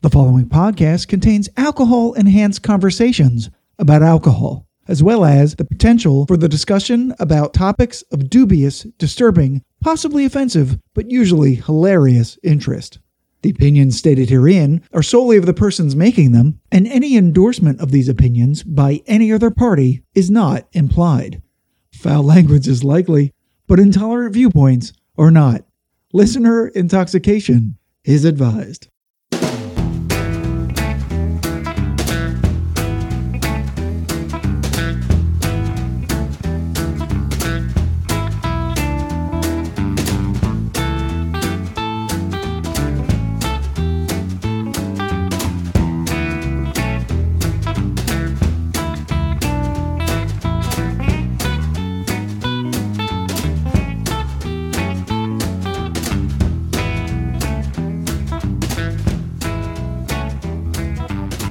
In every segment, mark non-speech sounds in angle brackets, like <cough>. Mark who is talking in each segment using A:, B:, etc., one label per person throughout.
A: The following podcast contains alcohol enhanced conversations about alcohol, as well as the potential for the discussion about topics of dubious, disturbing, possibly offensive, but usually hilarious interest. The opinions stated herein are solely of the persons making them, and any endorsement of these opinions by any other party is not implied. Foul language is likely, but intolerant viewpoints are not. Listener intoxication is advised.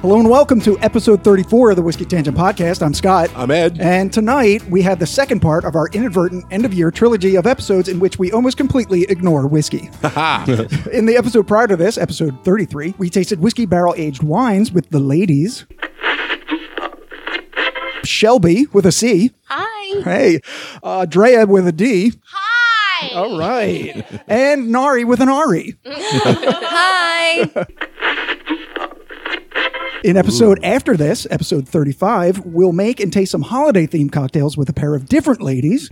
A: Hello and welcome to episode 34 of the Whiskey Tangent Podcast. I'm Scott.
B: I'm Ed.
A: And tonight we have the second part of our inadvertent end of year trilogy of episodes in which we almost completely ignore
B: <laughs>
A: whiskey. <laughs> in the episode prior to this, episode 33, we tasted whiskey barrel aged wines with the ladies. Shelby with a C.
C: Hi.
A: Hey. Uh, Drea with a D.
C: Hi.
A: All right. and Nari with an E. Ari.
C: Hi.
A: In episode after this, episode 35, we'll make and taste some holiday themed cocktails with a pair of different ladies.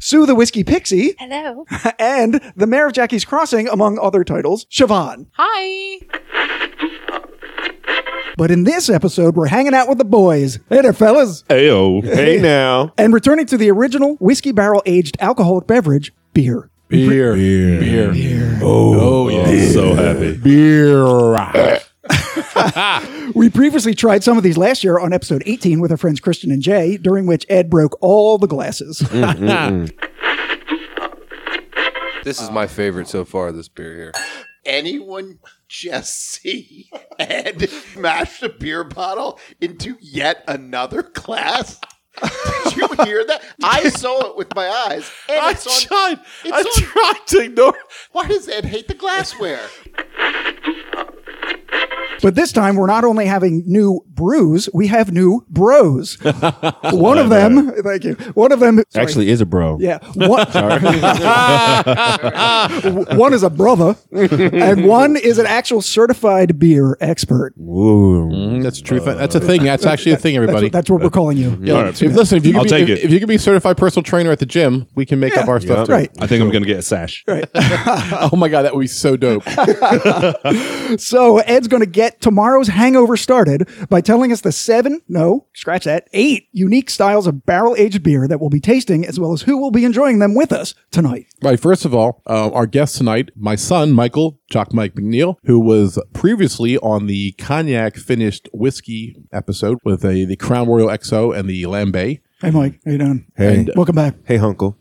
A: Sue the Whiskey Pixie
C: Hello.
A: and the Mayor of Jackie's Crossing, among other titles, Siobhan.
C: Hi.
A: But in this episode, we're hanging out with the boys. Hey there, fellas.
B: Ayo. Hey now.
A: And returning to the original whiskey barrel aged alcoholic beverage, beer.
B: Beer. Beer. Beer. Oh, yeah. I'm so happy. <laughs>
D: beer.
A: We previously tried some of these last year on episode 18 with our friends Christian and Jay, during which Ed broke all the glasses.
E: This
F: Uh,
E: is my favorite so far this beer here.
G: anyone just <laughs> see Ed mash the beer bottle into yet another glass?
B: <laughs>
G: Did you hear that? I saw it with my eyes. And
B: I
G: it's on-
B: tried. I
G: it's on-
B: tried to ignore.
G: Why does Ed hate the glassware?
A: But this time, we're not only having new brews, we have new bros.
D: <laughs>
A: one of them, thank you. One of them, sorry,
D: Actually, is a bro. <laughs>
A: yeah. One, <laughs> one is a brother, and one is an actual certified beer expert.
D: Ooh. Mm, that's true. that's a thing. That's actually a thing,
A: That's
D: everybody.
A: what, that's what we're calling you.
D: Yeah, if- Listen, if you,
B: I'll
D: can be,
B: take
D: if,
B: it.
D: if you can be a certified personal trainer at the gym, we can make
A: Yeah.
D: up our stuff too.
A: Right.
B: I think I'm going to get a sash.
D: Oh my god, that would be
A: <laughs>
D: so dope.
A: So Ed's going to get tomorrow's hangover started by telling us the seven, no, scratch that, eight unique styles of barrel aged beer that we'll be tasting, as well as who will be enjoying them with us tonight.
D: right. First of all, uh, our guest tonight, my son Michael Jock Mike McNeil, who was previously on the cognac finished whiskey episode with a, the Crown Royal XO and the Lambay.
A: Hey, Mike, how you doing?
H: Hey.
A: And welcome back.
H: Hey, Hunkle.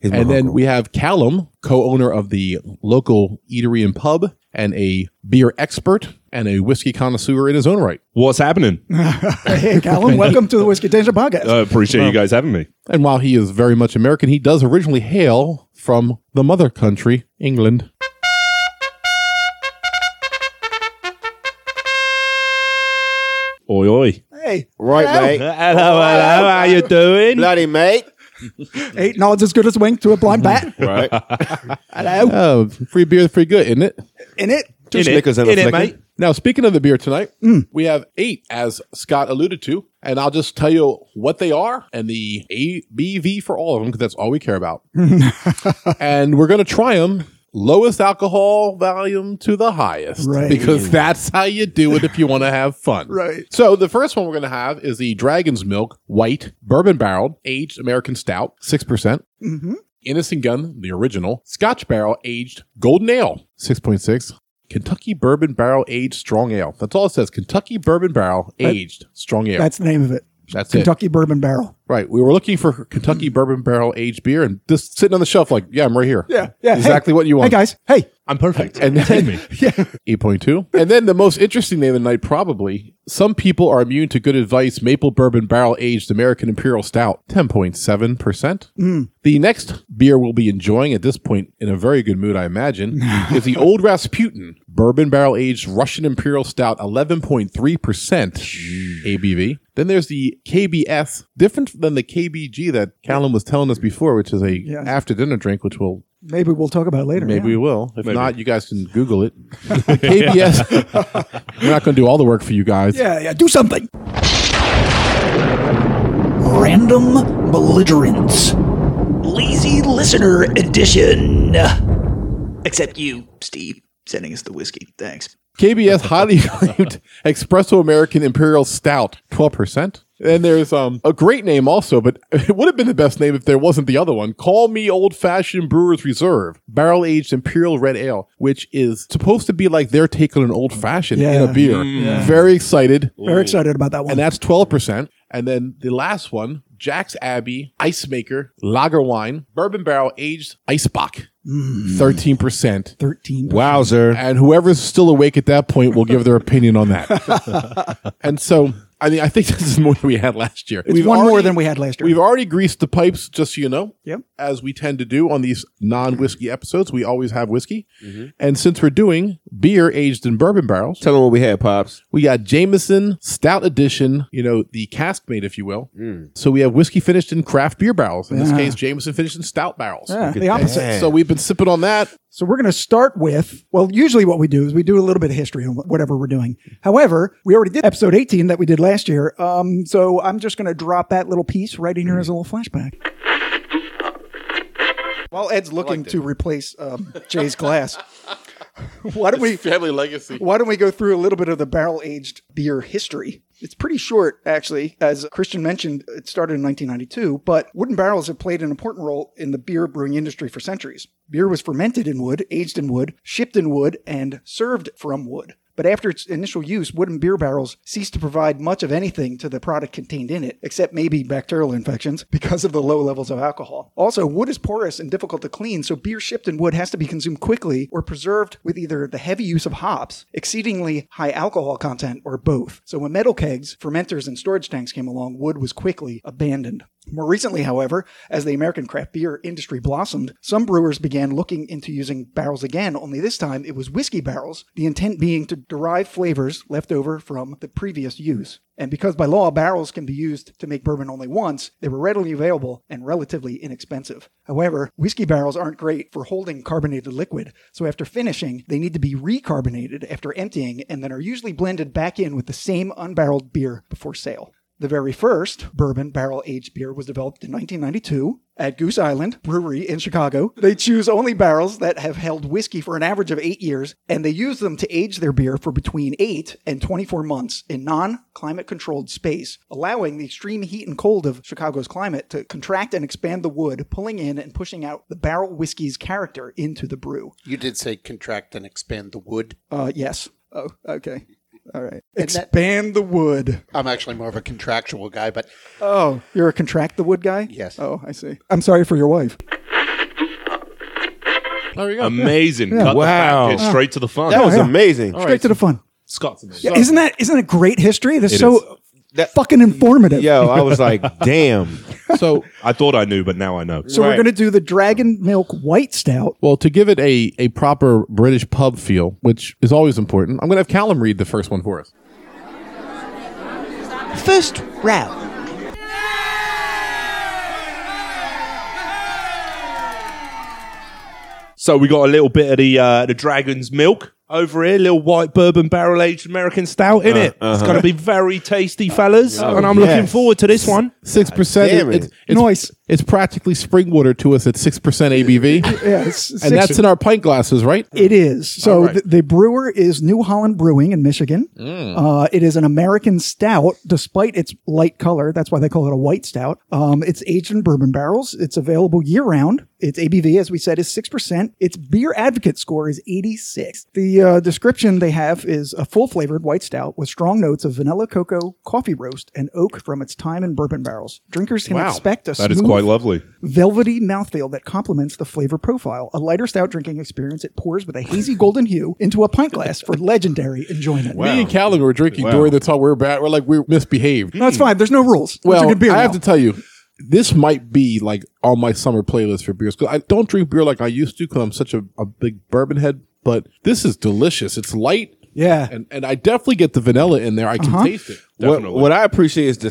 H: He's my
D: And then
H: uncle.
D: we have Callum, co-owner of the local eatery and pub, and a beer expert and a whiskey connoisseur in his own right.
B: What's happening?
A: Hey,
D: <laughs>
A: Callum, welcome to the Whiskey Tangent Podcast.
D: Uh,
B: I appreciate you guys having me.
D: And while he is very much American, he does originally hail from the mother country, England.
B: Oi, oi.
A: hey,
H: right, mate.
B: Hello, hello. How you doing?
H: Bloody mate.
A: eight nods as good as wink to a blind
D: <laughs>
A: bat.
H: Right.
A: Hello.
D: Oh, free beer, free good, isn't it?
A: In it.
H: Two
B: In it.
H: Snickers Mm. and a
B: In it,
H: flicker.
B: mate.
D: Now, speaking of the beer tonight, we have eight, as Scott alluded to, and I'll just tell you what they are and the ABV for all of them, because that's all we
H: <laughs>
D: care about. and we're going to try them lowest alcohol volume to the highest,
A: Right.
D: because that's how you do it if you want to
H: <laughs>
D: have fun.
A: Right.
D: So the first one we're going to have is the Dragon's Milk White Bourbon Barrel Aged American Stout, 6%.
A: hmm
D: Innocent Gun, the original, Scotch Barrel Aged Golden Ale, 6.6. Kentucky Bourbon Barrel Aged Strong Ale. That's all it says. Kentucky Bourbon Barrel Aged Strong Ale.
A: That's
D: That's,
A: the name of it.
D: it.
A: Kentucky Bourbon Barrel.
D: Right. We were looking for Kentucky Bourbon Barrel Aged beer and just sitting on the shelf like, yeah, I'm right here.
A: Yeah, yeah.
D: Exactly what you
A: Hey
D: want.
A: guys, hey,
B: I'm perfect.
D: And
B: Take
D: then
B: me.
D: yeah, 8.2. And then the most interesting name of the night probably Some people are immune to good advice. Maple bourbon barrel aged American Imperial Stout, 10.7%. The next beer we'll be enjoying at this point in a very good mood, I imagine, is the Old Rasputin bourbon barrel aged Russian Imperial Stout, 11.3% ABV. Then there's the KBS, different than the KBG that Callum was telling us before, which is a
A: Yeah.
D: after dinner drink, which we'll
A: <laughs> Maybe we'll talk about it later.
D: Maybe
A: yeah.
D: we will. If
I: Maybe.
D: not, you guys can Google it. KBS. <laughs> We're not going to do all the work for you guys.
A: Yeah, yeah, do something. Random belligerents.
J: Lazy Listener Edition. Except you, Steve, sending us the whiskey. Thanks.
D: KBS highly acclaimed <laughs> Espresso American Imperial Stout, 12%. And there's um, a great name also, but <laughs> it would have been the best name if there wasn't the other one. Call Me Old Fashioned Brewers Reserve, barrel aged Imperial Red Ale, which is supposed to be like their take on an old fashioned in
A: Yeah.
D: a beer. Very excited.
A: Very excited about that one.
D: and that's twelve percent. And then the last one, Jack's Abbey Ice Maker Lager Wine Bourbon Barrel Aged Icebock,
A: Mm.
D: thirteen percent.
A: 13.
I: Wowzer.
D: And whoever's still awake at that point will give their opinion on that.
A: <laughs>
D: and so, I mean, I think <laughs> this is more than we had last year.
A: It's one more than we had last year.
D: We've already greased the pipes, just so you know.
A: Yep.
D: As we tend to do on these non whiskey episodes, we always have whiskey. And since we're doing beer aged in bourbon barrels,
I: Mm-hmm. Tell them what we had, Pops.
D: we got Jameson Stout Edition, you know, the cask made, if you will.
I: Mm.
D: So we have whiskey finished in craft beer barrels. In this
A: Yeah.
D: case, Jameson finished in stout barrels.
A: Yeah, the
D: And
A: opposite.
D: So we've been sipping on that.
A: So we're going to start with, well, usually what we do is we do a little bit of history on wh- whatever we're doing. However, we already did episode 18 that we did last year. Um, so I'm just going to drop that little piece right in here as a little flashback. While Ed's looking to replace um, Jay's glass, <laughs> why don't we
D: Family legacy.
A: why don't we go through a little bit of the barrel aged beer history? It's pretty short, actually. As Christian mentioned, it started in 1992, but wooden barrels have played an important role in the beer brewing industry for centuries. Beer was fermented in wood, aged in wood, shipped in wood, and served from wood. But after its initial use, wooden beer barrels ceased to provide much of anything to the product contained in it, except maybe bacterial infections, <laughs> because of the low levels of alcohol. Also, wood is porous and difficult to clean, so beer shipped in wood has to be consumed quickly or preserved with either the heavy use of hops, exceedingly high alcohol content, or both. So when metal kegs, fermenters, and storage tanks came along, wood was quickly abandoned. More recently, however, as the American craft beer industry blossomed, some brewers began looking into using barrels again, only this time it was whiskey barrels, the intent being to derive flavors left over from the previous use. And because by law barrels can be used to make bourbon only once, they were readily available and relatively inexpensive. However, whiskey barrels aren't great for holding carbonated liquid, so after finishing, they need to be recarbonated after emptying and then are usually blended back in with the same unbarreled beer before sale. The very first bourbon barrel aged beer was developed in 1992 at Goose Island Brewery in Chicago. They choose only barrels that have held whiskey for an average of eight years, and they use them to age their beer for between eight and 24 months in non climate controlled space, allowing the extreme heat and cold of Chicago's climate to contract and expand the wood, pulling in and pushing out the barrel whiskey's character into the brew.
G: You did say contract and expand the wood.
A: Uh, yes. Oh, okay. All right.
G: And that-
A: Expand the wood.
G: I'm actually more of a contractual guy, but
A: Oh, you're a contract the wood guy?
G: Yes.
A: Oh, I see. I'm sorry for your wife.
D: There you go.
B: Amazing. Cut
I: Wow.
B: the fat kid straight to the fun.
I: That was
A: yeah.
I: amazing.
A: Straight to the fun.
B: Scott's amazing.
A: Yeah, isn't that isn't it great history? That's so
I: That-
A: fucking informative.
I: Yo, I was like, damn.
D: So
B: I thought I knew, but now I know.
A: So we're
I: Right.
A: gonna do the Dragon Milk White Stout.
D: Well, to give it a, a proper British pub feel, which is always important, I'm going to have Callum read the first one for us.
J: First round.
B: So we got a little bit of the uh, the dragon's milk over here, little white bourbon barrel aged American stout in it. It's going to be very tasty, fellas, and I'm looking
I: yes.
B: forward to this one.
D: Six percent.
I: damn
D: It's,
I: it.
D: it's,
A: Nice.
D: it's practically spring water to us at six percent ABV,
A: Yeah, it's
D: and that's in our pint glasses, right?
A: It is. So th- the brewer is New Holland Brewing in Michigan.
B: Mm.
A: Uh, it is an American stout, despite its light color. That's why they call it a white stout. Um, it's aged in bourbon barrels. It's available year round. Its ABV, as we said, is 6%. Its beer advocate score is 86. The uh, description they have is a full flavored white stout with strong notes of vanilla, cocoa, coffee roast, and oak from its time in bourbon barrels. Drinkers can
D: Wow.
A: expect a
B: That is
A: smooth
B: quite
F: quite lovely.
A: velvety mouthfeel that complements the flavor profile. A lighter stout drinking experience. It pours with a hazy golden hue into a pint glass for legendary enjoyment.
D: Me and Callan were drinking
F: Wow.
D: during the time we were bad. We're like we misbehaved.
A: No, it's fine. There's no rules. It's a
D: Well,
A: good beer
D: I have
A: now.
D: to tell you, this might be like on my summer playlist for beers because I don't drink beer like I used to because I'm such a, a big bourbon head. But this is delicious. It's light.
A: Yeah. Uh-huh.
D: and and I definitely get the vanilla in there. I can taste it.
F: What, what I appreciate is the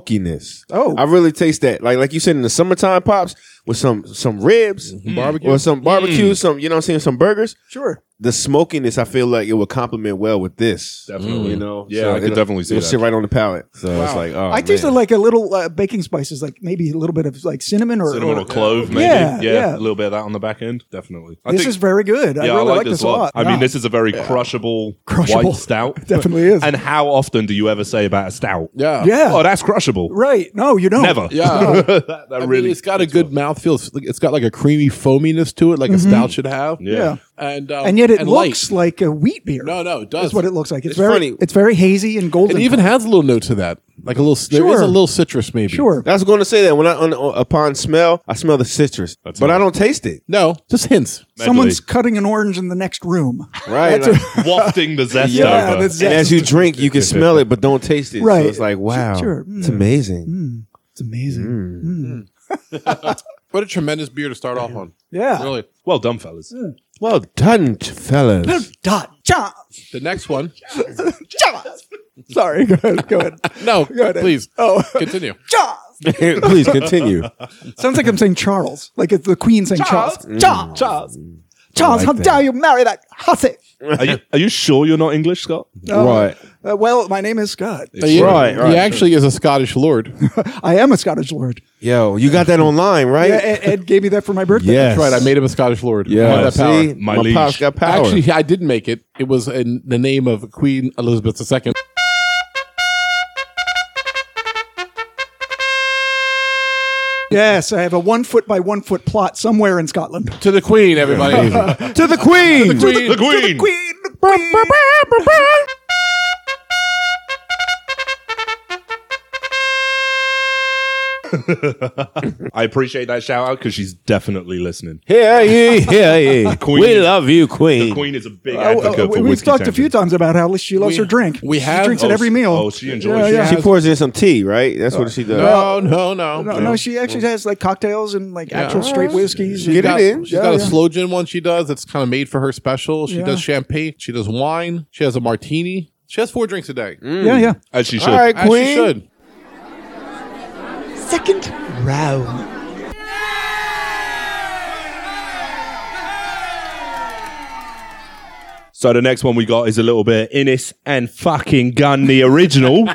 F: smokiness.
A: Oh.
F: I really taste that. Like like you said in the summertime pops with some some ribs,
E: Mm-hmm.
F: barbecue, or some
E: Mm.
F: barbecue, some you know what I'm saying, some burgers.
A: Sure.
F: The smokiness, I feel like it would complement well with this. Definitely, you know.
E: Yeah, I could
F: it'll-
E: definitely see
F: it'll
E: that.
F: sit right on the palate. So it's like, oh,
A: I tasted
F: man.
A: like a little uh, baking spices, like maybe a little bit of like cinnamon or,
B: Cinnamon
A: or-
B: or clove, maybe.
A: Yeah,
B: Yeah,
A: yeah.
B: a little bit of that on the back end, definitely. I
A: This
B: think-
A: is very good. I
B: yeah,
A: really
B: I like, this,
A: a
B: a lot.
A: lot.
B: I
A: Yeah.
B: mean, this is a very crushable,
A: Crushable.
B: white <laughs>
A: <laughs>
B: stout.
A: Definitely is.
B: And how often do you ever say about a stout?
D: Yeah,
A: Yeah.
B: Oh, that's crushable.
A: right. No, you don't.
B: Never.
D: Yeah.
B: <laughs> that that
D: I
B: really.
D: mean, it's got a good mouthfeel. It's, like- it's got like a creamy foaminess to it, like
A: Mm-hmm.
D: a stout should have.
B: yeah.
A: Yeah.
D: and um,
A: And yet it
D: light.
A: looks like a wheat beer.
D: no, no, it does.
A: That's what it looks like. It's,
F: It's
A: very
F: funny.
A: it's very hazy and golden.
D: It even has a little note to that, like a little. There is
A: Sure.
D: a little citrus, maybe.
A: sure.
F: I was going to say that when I on, upon smell, I smell the citrus, but I don't taste it.
D: No, just hints.
A: Someone's cutting an orange in the next room.
F: Right. Like-
B: wafting <laughs> the zest
A: Yeah,
B: over.
A: that's-
F: and as you drink, you can smell it, but don't taste it.
A: Right.
F: So it's like, wow,
A: sure. Mm.
F: it's amazing.
A: It's amazing.
B: Mm.
D: What a tremendous beer to start off on.
A: Yeah.
D: Really.
B: well done, fellas.
F: Well done, fellas.
A: Dot. Cha.
D: The next one.
A: Cha. <laughs> Sorry. Go ahead. <laughs> Go ahead.
D: No,
A: ahead.
D: please.
A: Oh.
D: Continue.
A: Cha.
F: Please continue.
A: Sounds like I'm saying Charles. Like it's the Queen saying Charles. Charles. Charles. Charles,
F: like
A: how
F: that.
A: dare you marry that hussy?
B: Are you, are you sure you're not English, Scott?
F: Right.
A: Uh, well, my name is Scott.
D: He-
F: <laughs> Right, right.
D: He actually is a
A: <laughs>
D: Scottish lord.
A: I am a Scottish lord.
F: Yo, you got that online, right?
A: Yeah, Ed, Ed gave me that for my birthday.
F: Yes.
D: That's right. I made him a Scottish lord. I
F: Yeah.
D: have that power.
F: See,
B: My
F: my,
B: liege.
F: pops got power.
D: Actually, I did make it. It was in the name of Queen Elizabeth II.
A: Yes, I have a one foot by one foot plot somewhere in Scotland.
D: To the Queen, everybody.
F: to the
B: <laughs>
F: queen.
D: <laughs> the
F: <laughs>
D: Queen.
B: Queen.
A: Queen. queen.
B: I appreciate that shout out because she's definitely listening.
F: Yeah, yeah,
B: <laughs>
F: yeah, yeah.
B: Queen.
F: We love you, queen.
B: The Queen is a big
A: Oh,
B: advocate
A: oh,
B: for
A: we- we've
B: whiskey.
A: talked a few times about how she loves
D: We-
A: her drink.
D: we
A: she
D: have-
A: drinks at
B: Oh,
A: every
B: she-
A: meal.
B: oh, she enjoys it.
A: yeah.
F: She pours in some tea, right? That's what she does.
D: No, no, no.
A: No, no, she actually has like cocktails and like actual straight whiskeys.
D: She's
F: Get it
D: got,
F: in.
D: She's
A: Yeah,
D: got a
A: yeah.
D: slow gin one she does that's kind of made for her special. She
A: Yeah.
D: does champagne. She does wine. She has a martini. She has four drinks a day.
A: Yeah, yeah.
B: As she should.
F: All right,
D: As
F: queen.
D: she should.
H: Second round.
B: So the next one we got is a little bit Innis and fucking Gun,
A: <laughs>
B: the original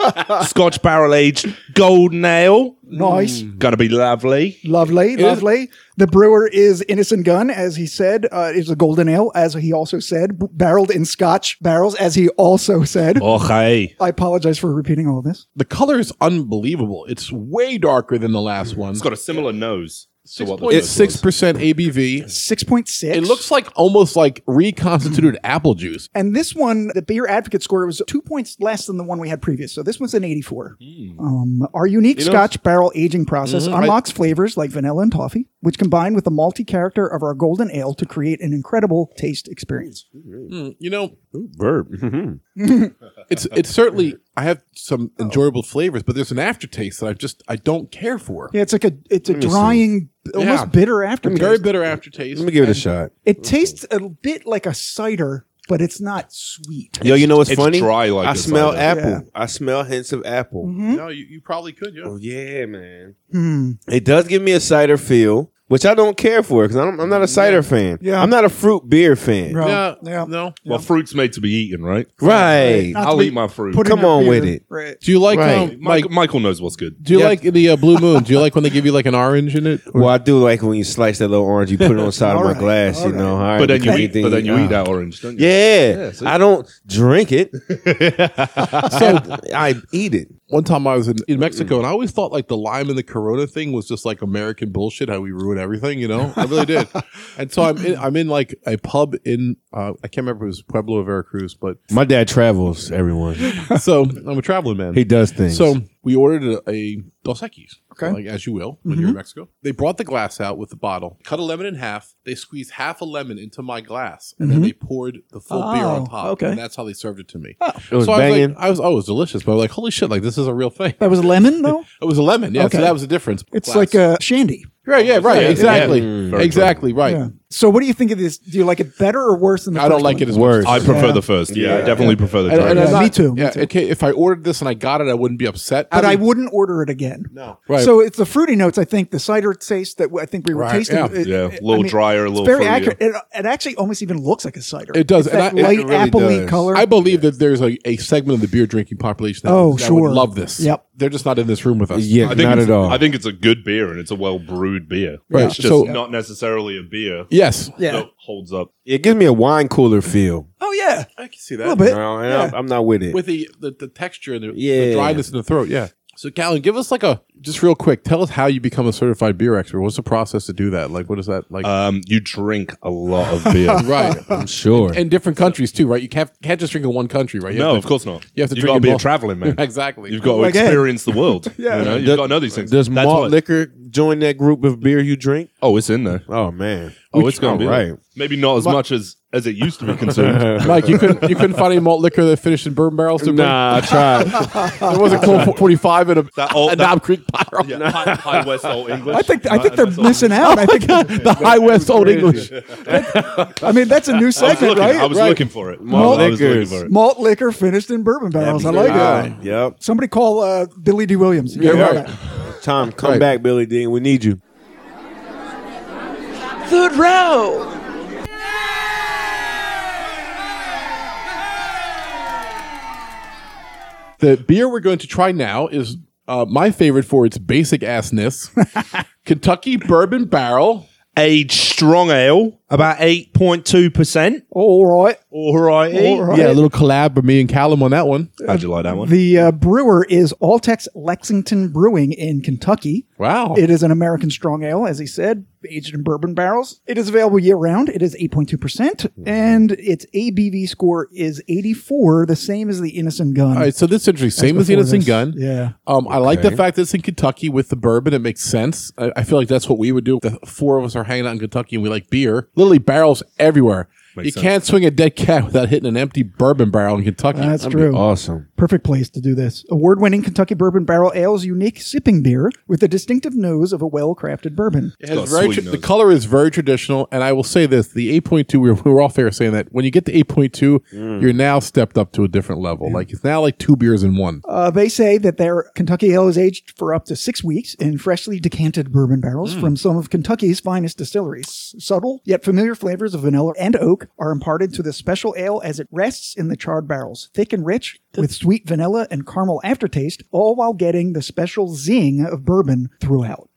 B: Scotch barrel aged gold nail.
A: Nice.
B: Gonna be lovely.
A: Lovely, lovely. The brewer is Innocent Gun, as he said, uh, is a golden ale, as he also said, b- barreled in Scotch barrels, as he also said.
B: Okay.
A: I apologize for repeating all this.
D: The color is unbelievable. It's way darker than the last one.
B: It's got a similar nose. to what the
D: It's
B: first one
D: six percent ABV.
A: 6.6.
D: It looks like almost like reconstituted apple juice.
A: And this one, the beer advocate score was two points less than the one we had previous. So this one's an 84.
D: Hmm.
A: Um, our unique Scotch barrel aging process
D: Mm-hmm.
A: unlocks flavors like vanilla and toffee, which combine with the malty character of our golden ale to create an incredible taste experience.
D: You know,
F: Verb.
D: it's it's certainly I have some enjoyable flavors, but there's an aftertaste that I just I don't care for.
A: Yeah, it's like a it's a drying, almost
D: Yeah.
A: bitter
D: Very
A: aftertaste.
D: bitter aftertaste.
F: Let me give it a shot.
A: It tastes a bit like a cider, but it's not sweet.
F: Yo, you know what's
B: It's
F: funny?
B: dry like
F: I
B: a
F: smell
B: cider.
F: apple.
A: Yeah. Mm.
F: I smell hints of apple.
A: Mm-hmm.
D: No, you, you probably could. Yeah.
F: Oh yeah, man.
A: Hmm.
F: It does give me a cider feel, which I don't care for because I'm, I'm not a cider fan.
A: Yeah.
F: I'm not a fruit beer fan.
A: Right.
F: Right.
D: Yeah.
A: Yeah.
D: No.
B: Well, fruit's made to be eaten, right?
A: Not
B: I'll
A: to be
B: eat my fruit.
A: put in
F: Come
A: your
F: on
A: beer.
F: with it.
A: Right.
D: Do you like
F: Right.
D: um,
B: Mike,
D: like
B: Michael knows what's good.
D: Do you
F: Yeah.
D: like the uh, Blue Moon? Do you like when they give you like an orange in it?
F: Well, I do like when you slice that little orange, you put it <laughs> on the side of my
A: Alright,
F: glass, you know. alright,
B: But then you
F: because
B: eat. But
F: anything-
B: then you
F: ah.
B: eat that orange, don't you?
F: Yeah, I don't drink it. <laughs> so I eat it.
D: One time I was in, in Mexico and I always thought like the lime and the Corona thing was just like American bullshit, how we ruin everything, you know? I really <laughs> did. And so I'm in, I'm in like a pub in, uh, I can't remember if it was Pueblo or Veracruz, but
F: My dad travels. Everyone,
D: so I'm a traveling man.
F: he does things.
D: So we ordered a, a Dos Equis,
A: Okay. Mm-hmm.
D: like as you will when you're in Mexico. They brought the glass out with the bottle, cut a lemon in half. They squeezed half a lemon into my glass, and then they poured the full beer on
A: Mm-hmm. Oh,
D: top.
A: okay. Oh.
D: and that's how they served it to me.
F: It was
D: so I was,
F: banging.
D: like, I was, oh, it was delicious, but I was like, holy shit, like this is a real thing.
A: That was lemon,
D: <laughs>
A: though?
D: It was a lemon, yeah.
A: Okay.
D: So that was the difference.
A: It's
D: Glass.
A: like a shandy.
D: right, yeah, right,
E: Yeah,
D: exactly,
E: yeah. Mm, very
D: exactly, right.
A: Yeah. So what do you think of this? Do you like it better or worse than the
D: I don't
A: first
D: like
A: one?
D: it as worse.
B: I prefer the first. Yeah, I definitely prefer the
D: And- and
B: dragon.
A: Yeah,
D: I'm
A: me too, me
D: Yeah,
A: too.
D: okay. If I ordered this and I got it, I wouldn't be upset.
A: But I
D: mean,
A: wouldn't order it again.
D: no. Right.
A: So it's the fruity notes. I think the cider taste that I think we were
D: Right,
A: tasting.
D: yeah.
A: it-
B: Yeah, a
A: it-
B: little drier, a
A: it's
B: little
A: very
B: fruitier.
A: accurate. It, it actually almost even looks like a cider.
D: It does,
A: It's
D: and
A: that
D: I- it
A: light
E: really
A: appley
E: does.
A: color.
D: I believe that there's a, a segment of the beer drinking population that,
A: Oh,
D: would, that
A: sure.
D: would love this.
A: Yep.
D: They're just not in this room with us.
F: Yeah,
B: I think
F: not
B: it's-
F: at all.
B: I think it's a good beer and it's a well brewed beer.
D: Right,
B: It's just
D: so-
B: not necessarily a beer
D: Yes.
A: yeah.
B: that holds up.
F: it gives me a wine cooler feel.
A: Oh yeah,
D: I can see
A: a
D: that.
A: little bit.
F: No, and
A: yeah.
F: I'm, I'm not with it.
D: With the, the, the texture and the, the
F: Yeah.
D: dryness in the throat. Yeah. So, Callan, give us like a just real quick. Tell us how you become a certified beer expert. What's the process to do that? Like, what is that like?
B: Um, you drink a lot of beer. <laughs>
D: right.
F: I'm sure.
D: In different countries too, right? You can't can't just drink in one country, right? You
B: No,
D: have
B: of
D: to-
B: course not.
D: You have to
B: You've
D: drink
B: got to
D: in
B: be a
D: both.
B: traveling man.
D: Exactly.
B: You've got to
A: Like, hey.
B: experience the world. yeah, you have got to know these things.
F: Does
B: That's
F: malt
B: what-
F: liquor join that group of beer you drink?
B: Oh, it's in there.
F: Oh man.
B: Oh, it's going to be <laughs>
F: right.
B: right. Maybe not as much as as it used to be
F: <laughs>
B: consumed.
D: Mike, you couldn't you couldn't find any malt liquor that finished in bourbon barrels. To
F: Nah,
B: <laughs>
F: I tried.
D: there was a Colt 45 and a,
B: That old-
D: a
B: that-
D: Knob Creek Pyro.
B: yeah, high, high West Old English.
A: I think I
B: High-
A: think they're
B: West Old
A: missing out. I think <laughs>
D: the High West Old English.
A: I mean that's a new
B: I was
A: segment,
B: looking.
A: right?
B: I was
A: Right.
B: looking for it.
F: Malt
B: I was looking
F: liquors.
B: for it.
A: Malt liquor finished in bourbon barrels. I like it.
F: Ah, Yep.
A: Somebody call uh, Billy D. Williams.
D: Yeah, right.
F: Tom, come
D: Right.
F: back, Billy Dean. We need you.
H: Third row.
D: The beer we're going to try now is uh, my favorite for its
A: <laughs>
D: basic assness Kentucky Bourbon Barrel.
B: Aged strong ale, about eight point two percent.
A: All right.
B: All right.
D: Yeah, a little collab with me and Callum on that one.
B: How'd you like that one?
A: The uh, brewer is Altex Lexington Brewing in Kentucky.
D: Wow.
A: It is an American strong ale, as he said, aged in bourbon barrels. It is available year round. It is 8.2%, and its ABV score is 84, the same as the Innocent Gun.
D: All right, so this is interesting. Same as Oh, the
A: before
D: Innocent
A: this.
D: Gun.
A: Yeah.
D: Um, I like the fact that it's in Kentucky with the bourbon. It makes sense. I, I feel like that's what we would do. The four of us are hanging out in Kentucky and we like beer. Literally barrels everywhere. you can't swing a dead cat without hitting an empty bourbon barrel in Kentucky.
A: That's
D: I mean,
A: true.
F: Awesome.
A: Perfect place to do this. Award winning Kentucky Bourbon Barrel Ale's unique sipping beer with the distinctive nose of a well crafted bourbon.
D: It
B: got
D: has
B: a
D: very
B: sweet
D: tr-
B: nose.
D: the color is very traditional, and I will say this: the 8.2. We were, we were all fair saying that when you get to 8.2,
B: Mm.
D: you're now stepped up to a different level. Like it's now like two beers in one.
A: Uh, they say that their Kentucky ale is aged for up to six weeks in freshly decanted bourbon barrels from some of Kentucky's finest distilleries. Subtle yet familiar flavors of vanilla and oak are imparted to the special ale as it rests in the charred barrels, thick and rich, with sweet vanilla and caramel aftertaste, all while getting the special zing of bourbon throughout.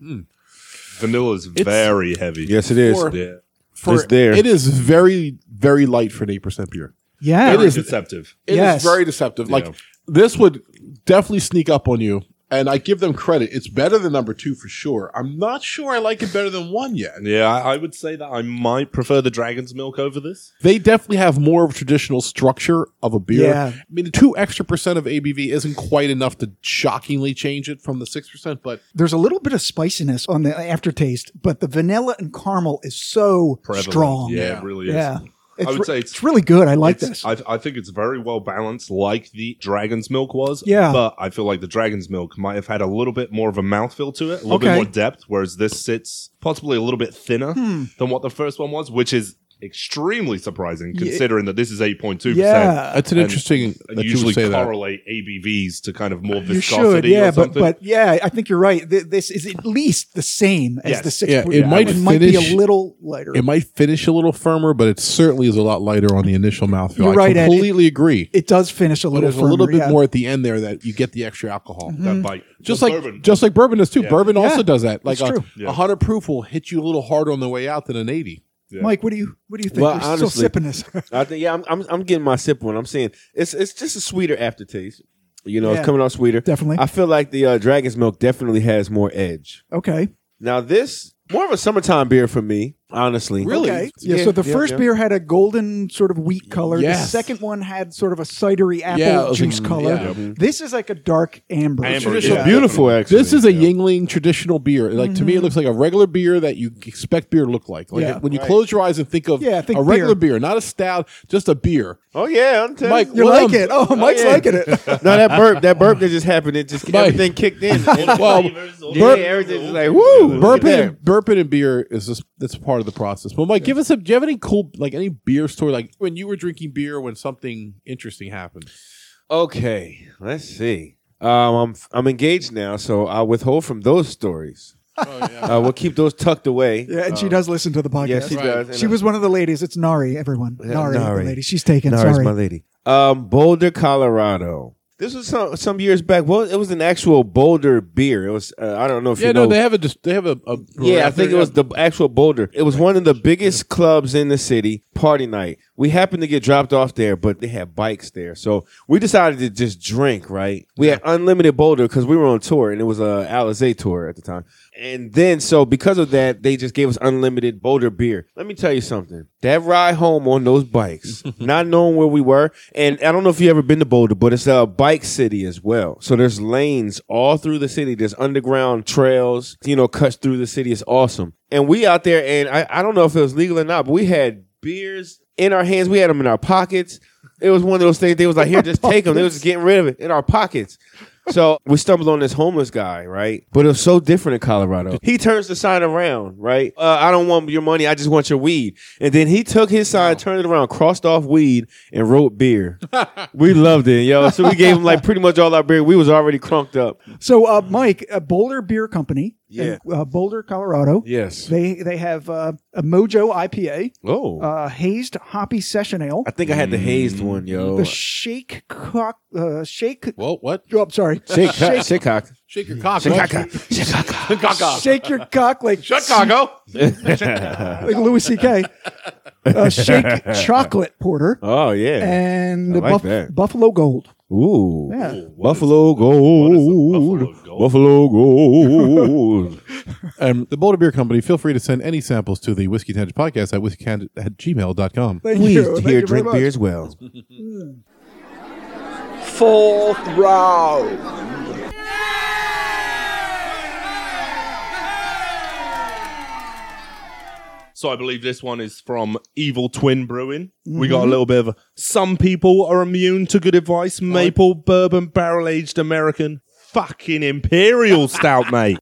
B: Vanilla is very heavy.
F: Yes, it is.
D: Four.
B: Yeah.
D: For,
F: It's there.
D: It is very very light for an 8% beer.
A: Yeah,
B: Very deceptive.
D: It is
A: Yes.
D: very deceptive. Like
B: Yeah.
D: this would definitely sneak up on you. And I give them credit. It's better than number two for sure. I'm not sure I like it better than one yet.
B: Yeah, I, I would say that I might prefer the dragon's milk over this.
D: They definitely have more of a traditional structure of a beer.
A: Yeah.
D: I mean, the two extra percent of ABV isn't quite enough to shockingly change it from the six percent, but
A: there's a little bit of spiciness on the aftertaste, but the vanilla and caramel is so
B: Prevalent.
A: strong.
B: Yeah, it really is.
A: yeah. It's,
B: would
A: re-
B: say it's-
A: really good. I like
B: It's-
A: this.
B: I, I think it's very well balanced, like the dragon's milk was.
A: Yeah.
B: But I feel like the dragon's milk might have had a little bit more of a mouthfeel to it, a little
A: Okay.
B: bit more depth, whereas this sits possibly a little bit thinner
A: Hmm.
B: than what the first one was, which is extremely surprising considering that this is 8.2%.
A: Yeah.
D: that's an
B: And-
D: interesting.
B: And
D: That you
B: usually
D: would say that.
B: correlate ABVs to kind of more
A: you
B: viscosity
A: should, yeah,
B: or
A: but
B: something.
A: but yeah, I think you're right. Th- this is at least the same as
B: Yes.
A: the six.
D: Yeah, it might
A: be
D: finish-
A: a little lighter.
D: It might finish a little firmer, but it certainly is a lot lighter on the initial mouthfeel.
A: You're right,
D: I
A: Ed.
D: completely agree.
A: it does finish a
D: But
A: little.
D: there's a little
A: firmer,
D: bit
A: yeah. Mm-hmm.
D: more at the end there that you get the extra alcohol.
A: hmm.
B: that bite.
D: just
B: The
D: like
B: bourbon.
D: just like bourbon does too.
B: Yeah.
D: Bourbon also
A: Yeah,
D: does that. Like
A: that's
D: a,
A: true.
B: Yeah.
D: a hundred proof will hit you a little harder on the way out than an eighty.
B: Yeah.
A: Mike, what do you what do you think?
F: Well,
A: You're
F: honestly-
A: still sipping this. <laughs>
F: I think yeah, I'm, I'm I'm getting my sip one. I'm saying it's it's just a sweeter aftertaste. You know,
A: Yeah.
F: it's coming out sweeter.
A: Definitely.
F: I feel like the uh, Dragon's Milk definitely has more edge.
A: okay,
F: Now this more of a summertime beer for me. honestly.
D: Really?
A: Okay. Yeah, so the first beer had a golden sort of wheat color. The
D: Yes.
A: second one had sort of a cidery apple
D: Yeah, it was
A: juice
D: like-
A: color.
D: yeah.
A: This is like a dark amber.
B: Amber,
F: It's
B: yeah.
F: beautiful, actually.
D: This is a Yingling traditional beer. Like to me,
F: Mm-hmm.
D: it looks like a regular beer that you expect beer to look like. Like
A: Yeah.
D: when you close your eyes and think of
A: Yeah, think
D: a regular
A: beer.
D: beer. not a stout, just a beer.
F: Oh yeah, I'm telling
D: Mike,
F: you.
A: You
D: Well,
A: like
D: um,
A: it? Oh, Mike's
F: yeah.
A: liking it.
F: <laughs> No, that burp, that burp that just happened. It just
D: Mike.
F: everything
A: <laughs>
F: kicked in.
D: Well,
F: yeah,
D: burp-
F: everything's just like woo. Look at
D: Burping,
F: that.
D: and, burping and beer is just that's part of the process. But Mike, give us a. Do you have any cool like any beer story like when you were drinking beer when something interesting happened?
F: Okay, let's see. Um, I'm I'm engaged now, so I'll withhold from those stories. uh, we'll keep those tucked away.
A: Oh, Yeah, and she does listen to the podcast.
F: Yes, she
D: Right.
F: does. and
A: She
F: I-
A: was one of the ladies. It's Nari, everyone.
F: Yeah,
A: Nari,
F: Nari.
A: the lady. She's taken.
F: Nara's
A: sorry.
F: my lady. Um, Boulder, Colorado. This was some some years back. Well, it was an actual Boulder beer. It was uh, I don't know if
D: Yeah,
F: you
D: no,
F: know.
D: they have a just they have a, a
F: yeah, I think it was the actual Boulder. It was one of the biggest clubs in the city. Party night. We happened to get dropped off there, but they had bikes there, so we decided to just drink. Right? We had unlimited Boulder because we were on tour, and it was a Alizé tour at the time. And then, so because of that, they just gave us unlimited Boulder beer. Let me tell you something. That ride home on those bikes, <laughs> not knowing where we were, and I don't know if you ever been to Boulder, but it's a bike city as well. So there's lanes all through the city. There's underground trails, you know, cuts through the city. It's awesome. And we out there, and I, I don't know if it was legal or not, but we had beers in our hands. We had them in our pockets. It was one of those things. They was like, here, just take them. They was just getting rid of it in our pockets. So we stumbled on this homeless guy, right? But it was so different in Colorado. He turns the sign around, right? Uh, I don't want your money. I just want your weed. And then he took his sign, turned it around, crossed off weed, and wrote <laughs> beer. we loved it, yo. So we gave him like pretty much all our beer. We was already crunked up.
A: So, uh, Mike, uh, Boulder Beer Company,
F: Yeah.
A: in, uh, Boulder, Colorado.
F: Yes.
A: They they have uh, a Mojo IPA,
F: Oh.
A: uh, hazed hoppy session ale,
F: I think I had the hazed one, yo.
A: the shake cock, uh, shake.
D: Well, what?
A: Oh, I'm sorry.
F: Shake, shake, shake, cock.
D: Shake your cock.
F: shake,
D: right?
F: cock.
A: Shake your cock like
D: Chicago.
A: like Louis C.K. Uh, shake chocolate porter
F: <laughs> Oh yeah.
A: and
F: I like
A: buff-
F: that.
A: Buffalo Gold.
F: Ooh.
A: Yeah.
F: Buffalo gold. Buffalo gold.
D: Um, the Boulder Beer Company, feel free to send any samples to the Whiskey Tangent Podcast at whiskeytangent at gmail.com.
A: Thank
F: We
A: you. Thank you
F: here
A: very
F: drink
A: much.
F: beer as well.
H: Fourth round.
B: So I believe this one is from Evil Twin Brewing. We got a little bit of some people are immune to good advice. Maple bourbon barrel aged American fucking imperial stout, mate.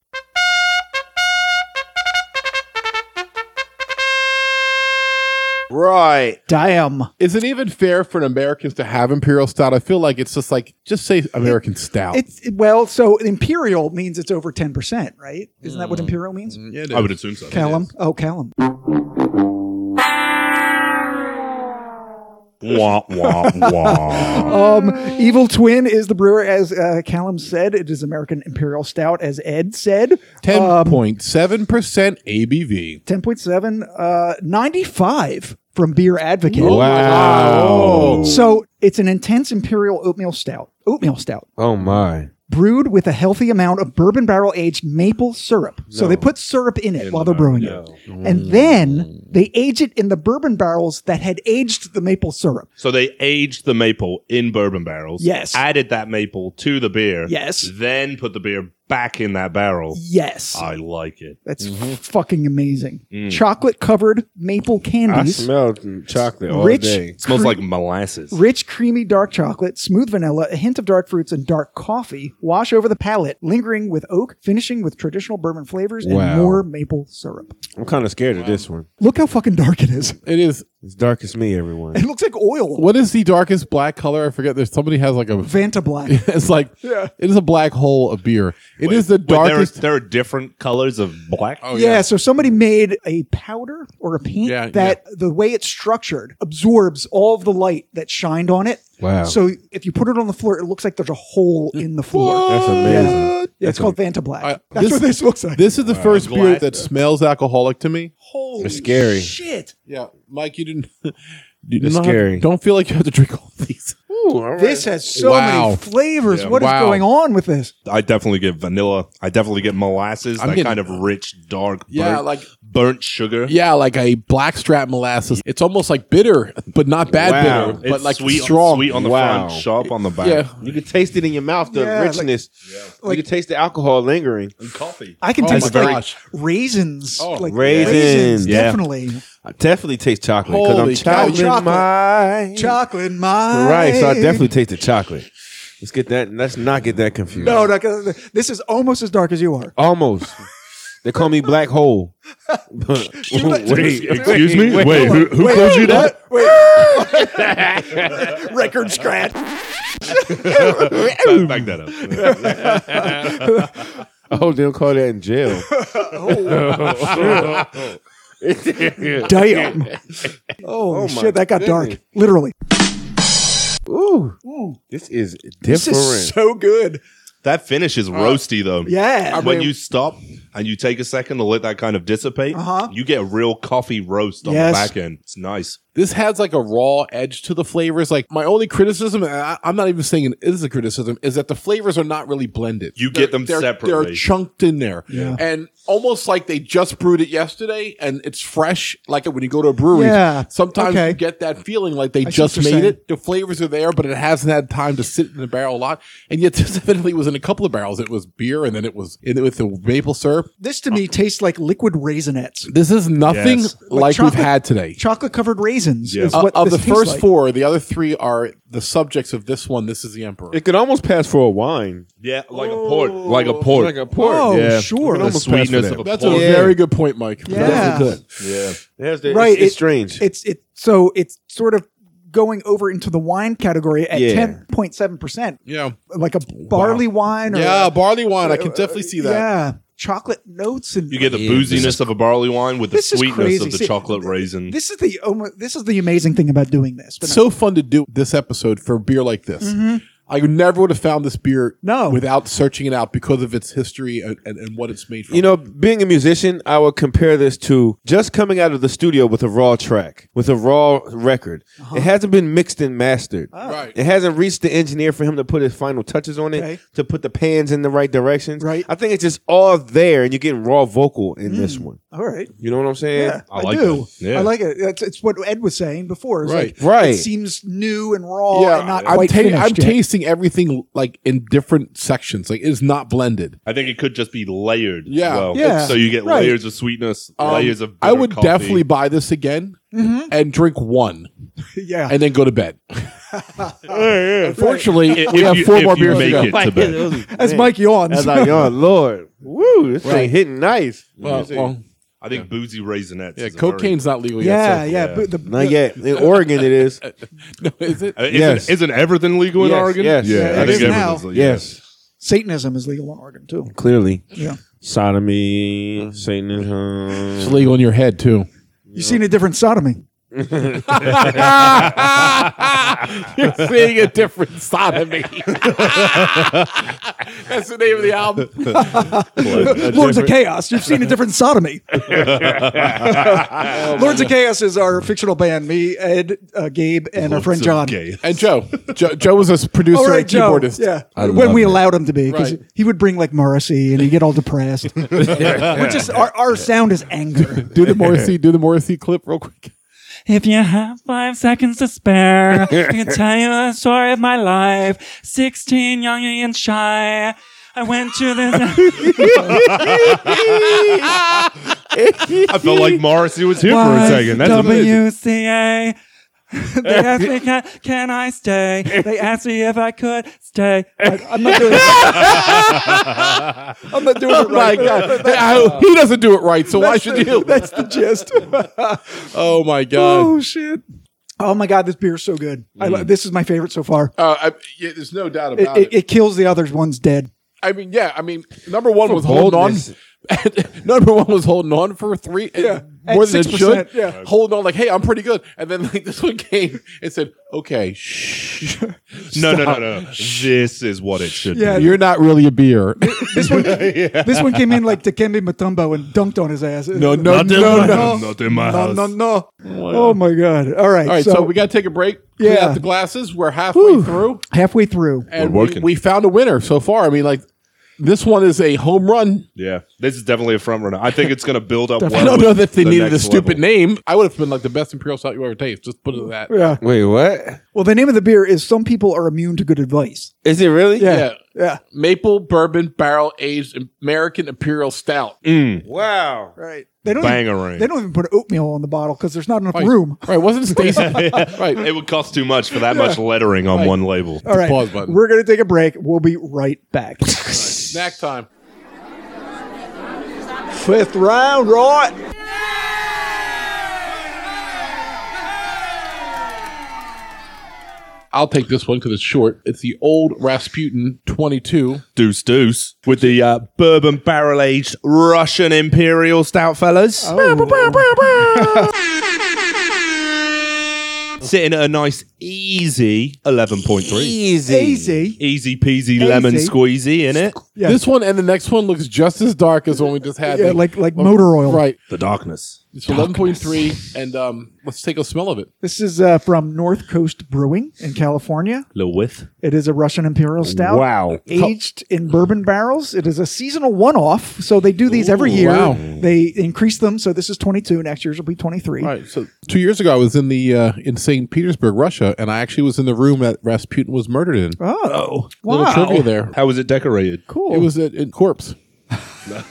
F: Right.
A: Damn.
D: Is it even fair for Americans to have Imperial Stout? I feel like it's just like, just say American Stout.
A: It's well, so imperial means it's over ten percent, right? Isn't that what imperial means?
D: Yeah, Mm. it
B: I
D: is.
B: would assume so.
A: Callum. Oh, Callum.
B: wah, wah, wah.
A: Um, Evil Twin is the brewer, as uh, Callum said. It is American Imperial Stout, as Ed said. Um,
D: um, 10.7% ABV.
A: 10.7, uh, 95 from Beer Advocate.
F: Wow.
D: Oh.
A: So it's an intense Imperial oatmeal stout. Oatmeal stout.
F: Oh my.
A: Brewed with a healthy amount of bourbon barrel aged maple syrup. So they put syrup in it while they're brewing it. And then they age it in the bourbon barrels that had aged the maple syrup.
B: So they aged the maple in bourbon barrels.
A: Yes.
B: Added that maple to the beer.
A: Yes.
B: Then put the beer back in that barrel.
A: Yes.
B: I like it.
A: That's fucking amazing.
B: Mm.
A: Chocolate covered maple candies.
F: smelled chocolate
A: Rich-
B: It smells like molasses.
A: Rich, creamy dark chocolate, smooth vanilla, a hint of dark fruits, and dark coffee wash over the palate, lingering with oak, finishing with traditional bourbon flavors
F: Wow.
A: and more maple syrup.
F: I'm kind of scared of this one.
A: Look how fucking dark it is.
D: It is.
F: It's dark as me,
A: <laughs>
F: everyone.
A: It looks like oil.
D: What is the darkest black color? I forget. There's somebody has like a. <laughs>
A: Vanta Black.
D: It's like it is a black hole of beer. It is the
B: Wait, there are-
D: darkest.
B: there, are, different colors of black.
D: oh
A: yeah, so somebody made a powder or a paint
D: Yeah,
A: that the way it's structured absorbs all of the light that shined on it.
F: Wow.
A: So if you put it on the floor, it looks like there's a hole in the floor.
F: That's amazing.
A: Yeah, it's called Vanta Black.
D: I-
A: That's
D: this-
A: what this looks like.
D: This is the first beer
B: glad-
D: that smells alcoholic to me.
A: Holy
F: It's scary.
A: shit.
D: Yeah, Mike, you didn't. you
F: It's
D: not have-
F: scary.
D: don't feel like you have to drink all these.
A: This has so
D: Wow.
A: many flavors.
B: Yeah.
A: What is
D: Wow.
A: going on with this?
B: I definitely get vanilla. I definitely get molasses.
D: I'm
B: that
D: getting-
B: kind of rich, dark, bur-
D: like
B: burnt sugar.
D: Yeah, like a blackstrap molasses. It's almost like bitter, but not bad
F: Wow.
D: bitter,
B: It's
D: but like
B: sweet,
D: strong.
B: sweet on the
F: Wow.
B: front, sharp on the back.
D: Yeah.
F: You can taste it in your mouth, the
A: Yeah, like-
F: richness. you can taste the alcohol lingering.
B: Coffee.
A: I can
D: Oh
A: taste
D: my
A: like
D: gosh.
A: raisins.
D: Oh,
A: like
F: raisins, yeah.
A: definitely.
F: I definitely taste chocolate because I'm
D: Holy cow,
F: chocolate,
A: chocolate.
F: my
A: Chocolate mine.
F: right. So I definitely taste the chocolate. Let's get that. Let's not get that confused.
A: No, no, 'cause this is almost as dark as you are.
F: almost. They call me black hole. <laughs> wait,
B: Excuse me? Wait, who, who
A: Wait,
B: calls you that?
A: Record scratch.
B: Back, back that up.
F: Oh, they'll call that in jail.
A: Damn. Oh, shit, that got dark.
F: goodness.
A: Literally.
F: Ooh, this is
A: This
F: different.
A: is so good.
B: That finish
D: Uh,
B: is roasty, though.
A: Yeah.
B: When you stop and you take a second to let that kind of dissipate,
A: Uh-huh.
B: you get a real coffee roast on
A: Yes.
B: the back end. It's nice.
D: This has like a raw edge to the flavors. Like my only criticism, and I, I'm not even saying it is a criticism, is that the flavors are not really blended.
B: You get them
D: they're, They're
B: separately.
D: chunked in there,
A: Yeah.
D: and almost like they just brewed it yesterday, and it's fresh. Like when you go to a brewery,
A: Yeah.
D: sometimes
A: Okay.
D: you get that feeling like they
A: I see
D: just
A: what
D: made
A: you're saying.
D: it. The flavors are there, but it hasn't had time to sit in the barrel a lot. And yet, <laughs> this definitely was in a couple of barrels. It was beer, and then it was in it with the maple syrup.
A: This to me tastes like liquid raisinettes.
D: This is nothing
B: Yes.
D: like, we've
A: chocolate-
D: had today.
A: Chocolate covered raisins
B: Yeah.
A: is
D: Uh,
A: what
D: of the
A: this tastes
D: first
A: like.
D: four, the other three are the subjects of this one. This is the emperor.
F: It could almost pass for a wine.
B: Yeah, like a port. Like a port.
F: Like a port.
A: Oh,
B: Yeah.
A: sure.
F: It
B: the
F: almost passed for
B: sweetness
F: that.
B: of a
D: That's
B: port.
D: a
F: Yeah.
D: very good point, Mike.
A: Yeah.
D: That's good.
B: yeah.
F: There's the-
A: Right,
F: It's, it's
A: it-
F: strange.
A: It's it so it's sort of going over into the wine category at
F: Yeah.
A: ten point seven percent,
D: Yeah.
A: like a barley wine. Or
D: Yeah,
A: a-
D: barley wine. I can definitely see that.
A: Uh, Yeah, chocolate notes and
B: You get the
E: Yeah, this
B: booziness of a barley wine with the
A: This is
B: sweetness
A: crazy.
B: of the
A: See,
B: chocolate raisin.
A: This is the almo- this is the amazing thing about doing this. But
D: It's so fun to do this episode for a beer like this. I never would have found this beer
A: Mm-hmm. No.
D: without searching it out because of its history and, and, and what it's made from.
F: You know, being a musician, I would compare this to just coming out of the studio with a raw track, with a raw record.
A: Uh-huh.
F: It hasn't been mixed and mastered.
A: Ah. Oh.
D: Right.
F: It hasn't reached the engineer for him to put his final touches on it,
A: Okay.
F: to put the pans in the right directions.
A: Right.
F: I think it's just all there, and you're getting raw vocal in this one.
A: all right,
F: You know what I'm saying?
A: yeah, I,
B: like
A: do.
B: that. Yeah.
A: I like it. It's, it's what Ed was saying before. It's
D: Right.
A: like,
F: Right.
A: It seems new and raw and not
D: I'm,
A: quite
D: ta-
A: finished
D: I'm
A: yet.
D: tasting everything like in different sections. Like it's not blended.
B: I think it could just be layered. as
D: Yeah.
B: well.
A: Yeah.
B: So you get
A: Right.
B: layers of sweetness,
D: Um,
B: layers of.
D: I
B: bitter
D: would
B: coffee. <laughs>
D: definitely buy this again
A: Mm-hmm.
D: and drink one
A: <laughs> yeah.
D: and then go to bed. Unfortunately,
B: If-
D: we
B: if
D: have
B: you-
D: four
B: if
D: more
B: you
D: beers to
B: make
D: go.
B: it to bed.
A: As Mike yawns. <laughs>
F: As like, oh Lord, woo, this
D: Right.
F: thing hitting nice.
D: Well, well,
B: I think boozy raisinettes.
D: yeah,
B: is a
D: cocaine's not legal
A: yeah, yeah,
D: yet.
A: But the,
F: Not yet. In Oregon, it is.
D: so- No, is it?
B: Very, Uh,
F: Yes.
B: isn't, isn't everything legal in
F: Yes,
B: Oregon?
F: yes. Yeah,
B: I
A: it
B: think
A: is now.
B: everything's legal.
F: Yes,
A: Satanism is legal in Oregon
F: <laughs>
A: too.
F: clearly.
A: Yeah.
F: Sodomy, Satanism.
D: It's legal in your head too. <laughs>
A: You seen a different sodomy?
D: You're seeing a different sodomy. <laughs> That's the name of the album.
A: <laughs> Lords of Chaos. You've seen a different sodomy. <laughs> Lords of Chaos is our fictional band. Me, Ed, uh, Gabe, and our friend
B: It's
A: John.
B: okay.
D: And Joe, Joe, Joe was a producer
A: All right,
D: and
A: Joe.
D: keyboardist.
A: Yeah,
E: I
A: when
E: love
A: we
E: it.
A: allowed him to be, because
D: Right.
A: he would bring like Morrissey, and he'd get all depressed. We're just our, our sound is anger.
D: Do the
A: <laughs>
D: Morrissey, do the Morrissey clip real quick.
K: If you have five seconds to spare, I
B: <laughs>
K: can tell you the story of my life. 16, young and shy. I went to this.
B: I felt like Morrissey was here <laughs> for a second. That's amazing. <laughs>
K: WCA. They asked me, can, can I stay? They asked me if I could stay.
A: I, I'm not <laughs> doing. It. I'm not
D: <laughs>
A: doing it
D: Oh My
A: right. <laughs>
D: God, I- he doesn't do it right, so why should you?
A: That's the <laughs> gist.
D: Oh my God.
A: oh shit. Oh my god, this beer is so good. I lo- this is my favorite so far.
D: Uh, I, yeah, there's no doubt
A: It,
D: about it.
A: Mm. Oh, it, it kills the others. One's dead.
D: I mean, yeah. I mean, number one was holding on.
F: boldness.
D: <laughs> number one was holding on for three, yeah. more
A: At
D: than it
A: 6%,
D: should.
A: yeah.
D: Holding on, like, hey, I'm pretty good. And then like <laughs> this one came and said, okay,
A: <laughs>
D: shh,
B: No, no, no, no. This is what it should
A: Yeah.
B: be.
D: you're not really a beer.
A: This one, this one came in like Dikembe Mutombo and dunked on his ass.
D: no, no, no,
B: Not in
D: no,
B: my
D: All
B: house. Not in my
A: no,
B: house.
A: no, no. Oh my god! All right,
D: right, so,
A: so,
D: we got to take a break. Clean
A: Yeah.
D: out the glasses. We're halfway through,
A: halfway through.
D: and
B: We're
D: we,
B: working.
D: we found a winner so far. I mean, like, This one is a home run.
B: Yeah, this is definitely a front runner. I think it's going to build up. well
D: I don't
B: with
D: know if they
B: the
D: needed a
B: next
D: stupid
B: level.
D: name. I would have been like the best imperial stout you ever taste. Just put it in that.
A: Yeah.
F: Wait, what?
A: Well, the name of the beer is Some People Are Immune to Good Advice.
F: Is it really?
A: Yeah. Yeah.
D: Maple bourbon barrel aged American imperial stout.
B: Mm.
F: Wow.
A: Right. They don't
B: Bangarang.
A: Even, they don't even put oatmeal on the bottle because there's not enough
D: Right.
A: room. <laughs>
D: Right? Wasn't
B: <laughs>
D: Stacy? right.
B: It would cost too much for that much lettering on
D: Right.
B: one label.
A: All right.
D: pause button.
A: We're going to take a break. We'll be right
B: <laughs>
A: back.
D: Snack time.
A: Fifth round, right?
D: I'll take this one because it's short. It's the old Rasputin 22.
B: Deuce Deuce with the uh, bourbon barrel aged Russian Imperial Stout fellas.
A: Oh.
D: Oh.
B: Sitting at a nice easy 11.3.
F: Easy.
A: Easy.
B: Easy peasy lemon
A: Easy.
B: squeezy in it.
A: Yeah.
D: This one and the next one looks just as dark as when we just had.
A: yeah,
D: the-
A: like like motor oil.
D: Right.
B: The darkness.
D: It's 11.3. And um, let's take a smell of it.
A: This is uh, from North Coast Brewing in California.
B: Little whiff.
A: It is a Russian Imperial Stout.
F: Wow.
A: Aged in bourbon barrels. It is a seasonal one off. So they do these every
D: Ooh,
A: year.
D: wow.
A: They increase them. So this is 22. Next year's will be 23.
D: All right. So two years ago, I was in the uh, in St. Petersburg, Russia, and I actually was in the room that Rasputin was murdered in.
A: Oh.
D: Little
A: Wow.
D: trivia there.
B: How was it <laughs> decorated?
A: Cool.
D: It was a, a corpse. no,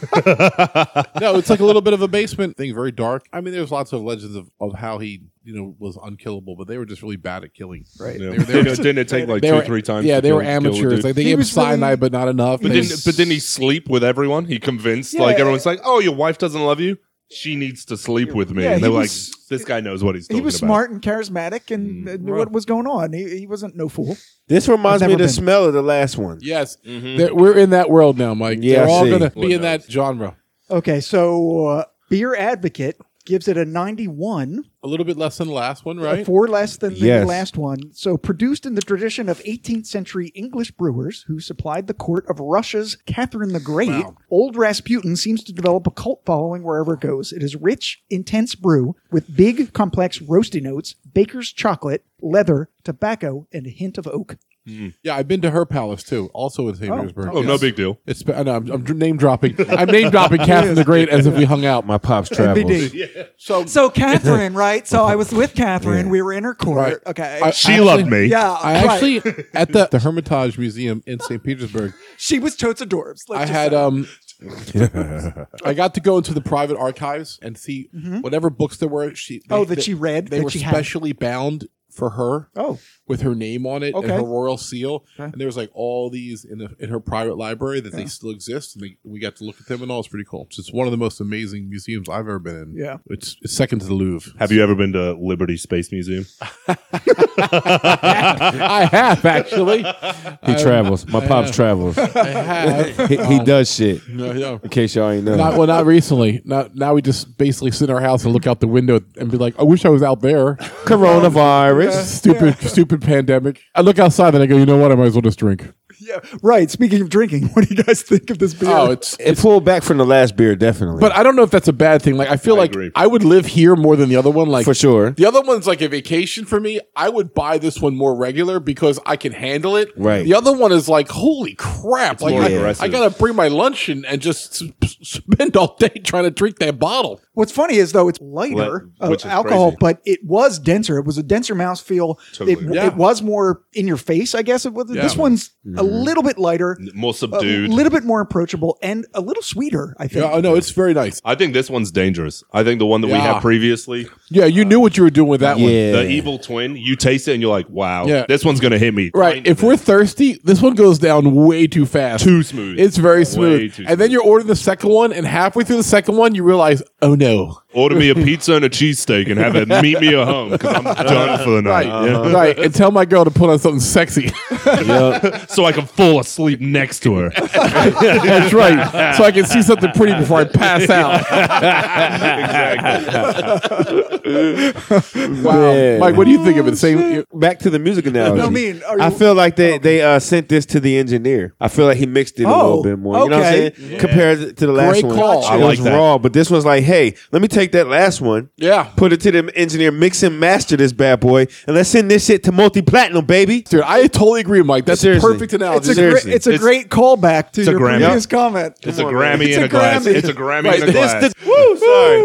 D: it's like a little bit of a basement thing, very dark. I mean, there's lots of legends of, of how he, you know, was unkillable, but they were just really bad at killing. Right.
B: Yeah.
D: They were, they were,
B: Didn't- didn't it take like
D: they
B: two,
D: were-
B: three times?
D: Yeah,
B: to
D: they
B: kill-
D: were
B: kill a dude?
D: amateurs. Like they
A: He
D: gave him
A: was really-
D: cyanide, but not enough.
B: But
D: They-
B: didn't, but didn't he sleep with everyone? He convinced like
A: Yeah.
B: everyone's like, "Oh, your wife doesn't love you. She needs to sleep with me."
A: Yeah,
B: and they're
A: he
B: like,
A: was-
B: "This guy knows what he's talking
A: he was
B: about."
A: smart and charismatic and
D: Mm,
A: uh, knew what was going on. He, he wasn't no fool.
F: This reminds
A: I've
F: me
A: never
F: of the
A: been.
F: smell of the last one.
D: yes,
B: Mm-hmm.
D: They're- we're in that world now, Mike.
F: Yeah,
D: They're
F: I
D: all
F: see.
D: going to
B: Lord
D: be in
B: knows.
D: that genre.
A: Okay, so uh, Beer Advocate gives it a 91,
D: A little bit less than the last one,
A: uh,
D: right?
A: four less than the
F: Yes.
A: last one. So produced in the tradition of 18th century English brewers who supplied the court of Russia's Catherine the Great, Old Rasputin seems to develop a cult following wherever it goes. It is rich, intense brew with big, complex roasty notes, baker's chocolate, leather, tobacco, and a hint of oak.
D: Yeah, I've been to her palace too, also in St. Petersburg.
B: Oh, no big deal.
D: It's I know, I'm, I'm name dropping. I'm
A: <laughs>
D: name dropping Catherine the Great as if we hung out.
F: My pops travels.
D: So,
A: So Catherine, right? So I was with Catherine. We were in her court. Okay.
D: I-
B: She
D: actually-
B: loved me.
A: yeah.
D: I
A: right.
D: actually
A: <laughs>
D: at the, the Hermitage Museum in St. Petersburg.
A: she was totes adorbs. Let's
D: I
A: just
D: had
A: say. <laughs>
D: um, I got to go into the private archives and see whatever books there were. She
A: Mm-hmm. Oh, that she read,
D: They
A: that
D: were
A: she had.
D: specially bound for her.
A: Oh.
D: with her name on it and
A: Okay.
D: her royal seal. And there was like all these in the, in her private library that they still exist. And they, we got to look at them and all. It's pretty cool. It's just one of the most amazing museums I've ever been in.
A: Yeah.
D: it's, it's second to the Louvre.
B: Have you ever been to Liberty Space
D: <laughs>
B: Museum?
D: I have actually.
F: He travels. My pops travels.
D: I <laughs> have.
F: he, he does shit.
D: No, no.
F: In case y'all ain't know.
D: Um, Not well, not recently. Not now. We just basically sit in our house and look out the window and be like, "I wish I was
A: <laughs>
D: out there."
F: Coronavirus.
D: Stupid, stupid pandemic. I look outside and I go, "You know what? I might as well just drink."
A: yeah, right. Speaking of drinking, <laughs> what do you guys think of this beer?
D: Oh, it's.
F: It pulled back from the last beer, definitely.
D: But I don't know if that's a bad thing. Like, I feel like
B: agree.
D: I would live here more than the other one. Like
F: for sure.
D: The other one's like a vacation for me. I would buy this one more regular because I can handle it.
F: Right.
D: The other one is like, holy crap! like
B: more
D: I,
B: aggressive.
D: I gotta bring my lunch in and just s- s- spend all day <laughs> trying to drink that bottle.
A: What's funny is though it's lighter
B: Li-
A: of
B: which is
A: alcohol,
B: crazy.
A: but it was denser. It was a denser mouth feel. It,
B: Totally.
D: Yeah.
A: it was more in your face, I guess. It was, This one's a
B: Mm-hmm.
A: little bit lighter,
D: Uh,
B: More
A: a
B: subdued.
A: little bit more approachable, and a little sweeter. I think.
D: Yeah, I know it's very nice.
B: I think this one's dangerous. I think the one that we
D: Yeah.
B: had previously,
D: Yeah, you knew what you were doing with that one.
F: Yeah.
B: the evil twin, you taste it and you're like, wow,
D: Yeah.
B: this one's going to hit me.
D: Right. If we're thirsty, this one goes down way too fast.
B: Too smooth.
D: It's very
B: Way
D: smooth.
B: too
D: And then you're ordering the second one, and halfway through the second one, you realize, oh no.
B: Order me a pizza and a cheesesteak and have it meet me at home
D: <laughs>
B: because I'm done for the night. yeah?
D: Right. Uh-huh. And tell my girl to put on something sexy. <laughs>
B: So I can fall asleep next to her.
D: That's right. So I can see something pretty before I <laughs> pass out. Wow.
F: Yeah.
D: <laughs> Mike, what do you think of it? Same.
F: Back to the music analogy.
A: No, I mean, are
F: I
A: you-
F: feel like they they uh, sent this to the engineer. I feel like he mixed it a
A: Oh,
F: little bit more. You know what I'm
A: okay.
F: saying? Compared to the last
D: Great
F: one,
D: call.
F: it
D: I
B: like
F: was
B: that.
F: raw, but this one's like, hey, let me take take that last one,
D: Yeah.
F: put it to the engineer, mix and master this bad boy, and let's send this shit to multi platinum, baby.
D: Dude, I totally agree, Mike. That's
F: Seriously.
D: perfect analogy.
A: It's a, great,
F: Seriously.
A: it's a
B: It's-
A: great callback to
B: it's a
A: your
B: Grammy.
A: previous
B: Yep.
A: comment.
B: It's a Grammy
A: It's
B: in
A: a
B: a glass.
A: Grammy.
B: It's a Grammy
D: Right,
B: in a
D: this-
B: glass.
F: This, woo, sorry.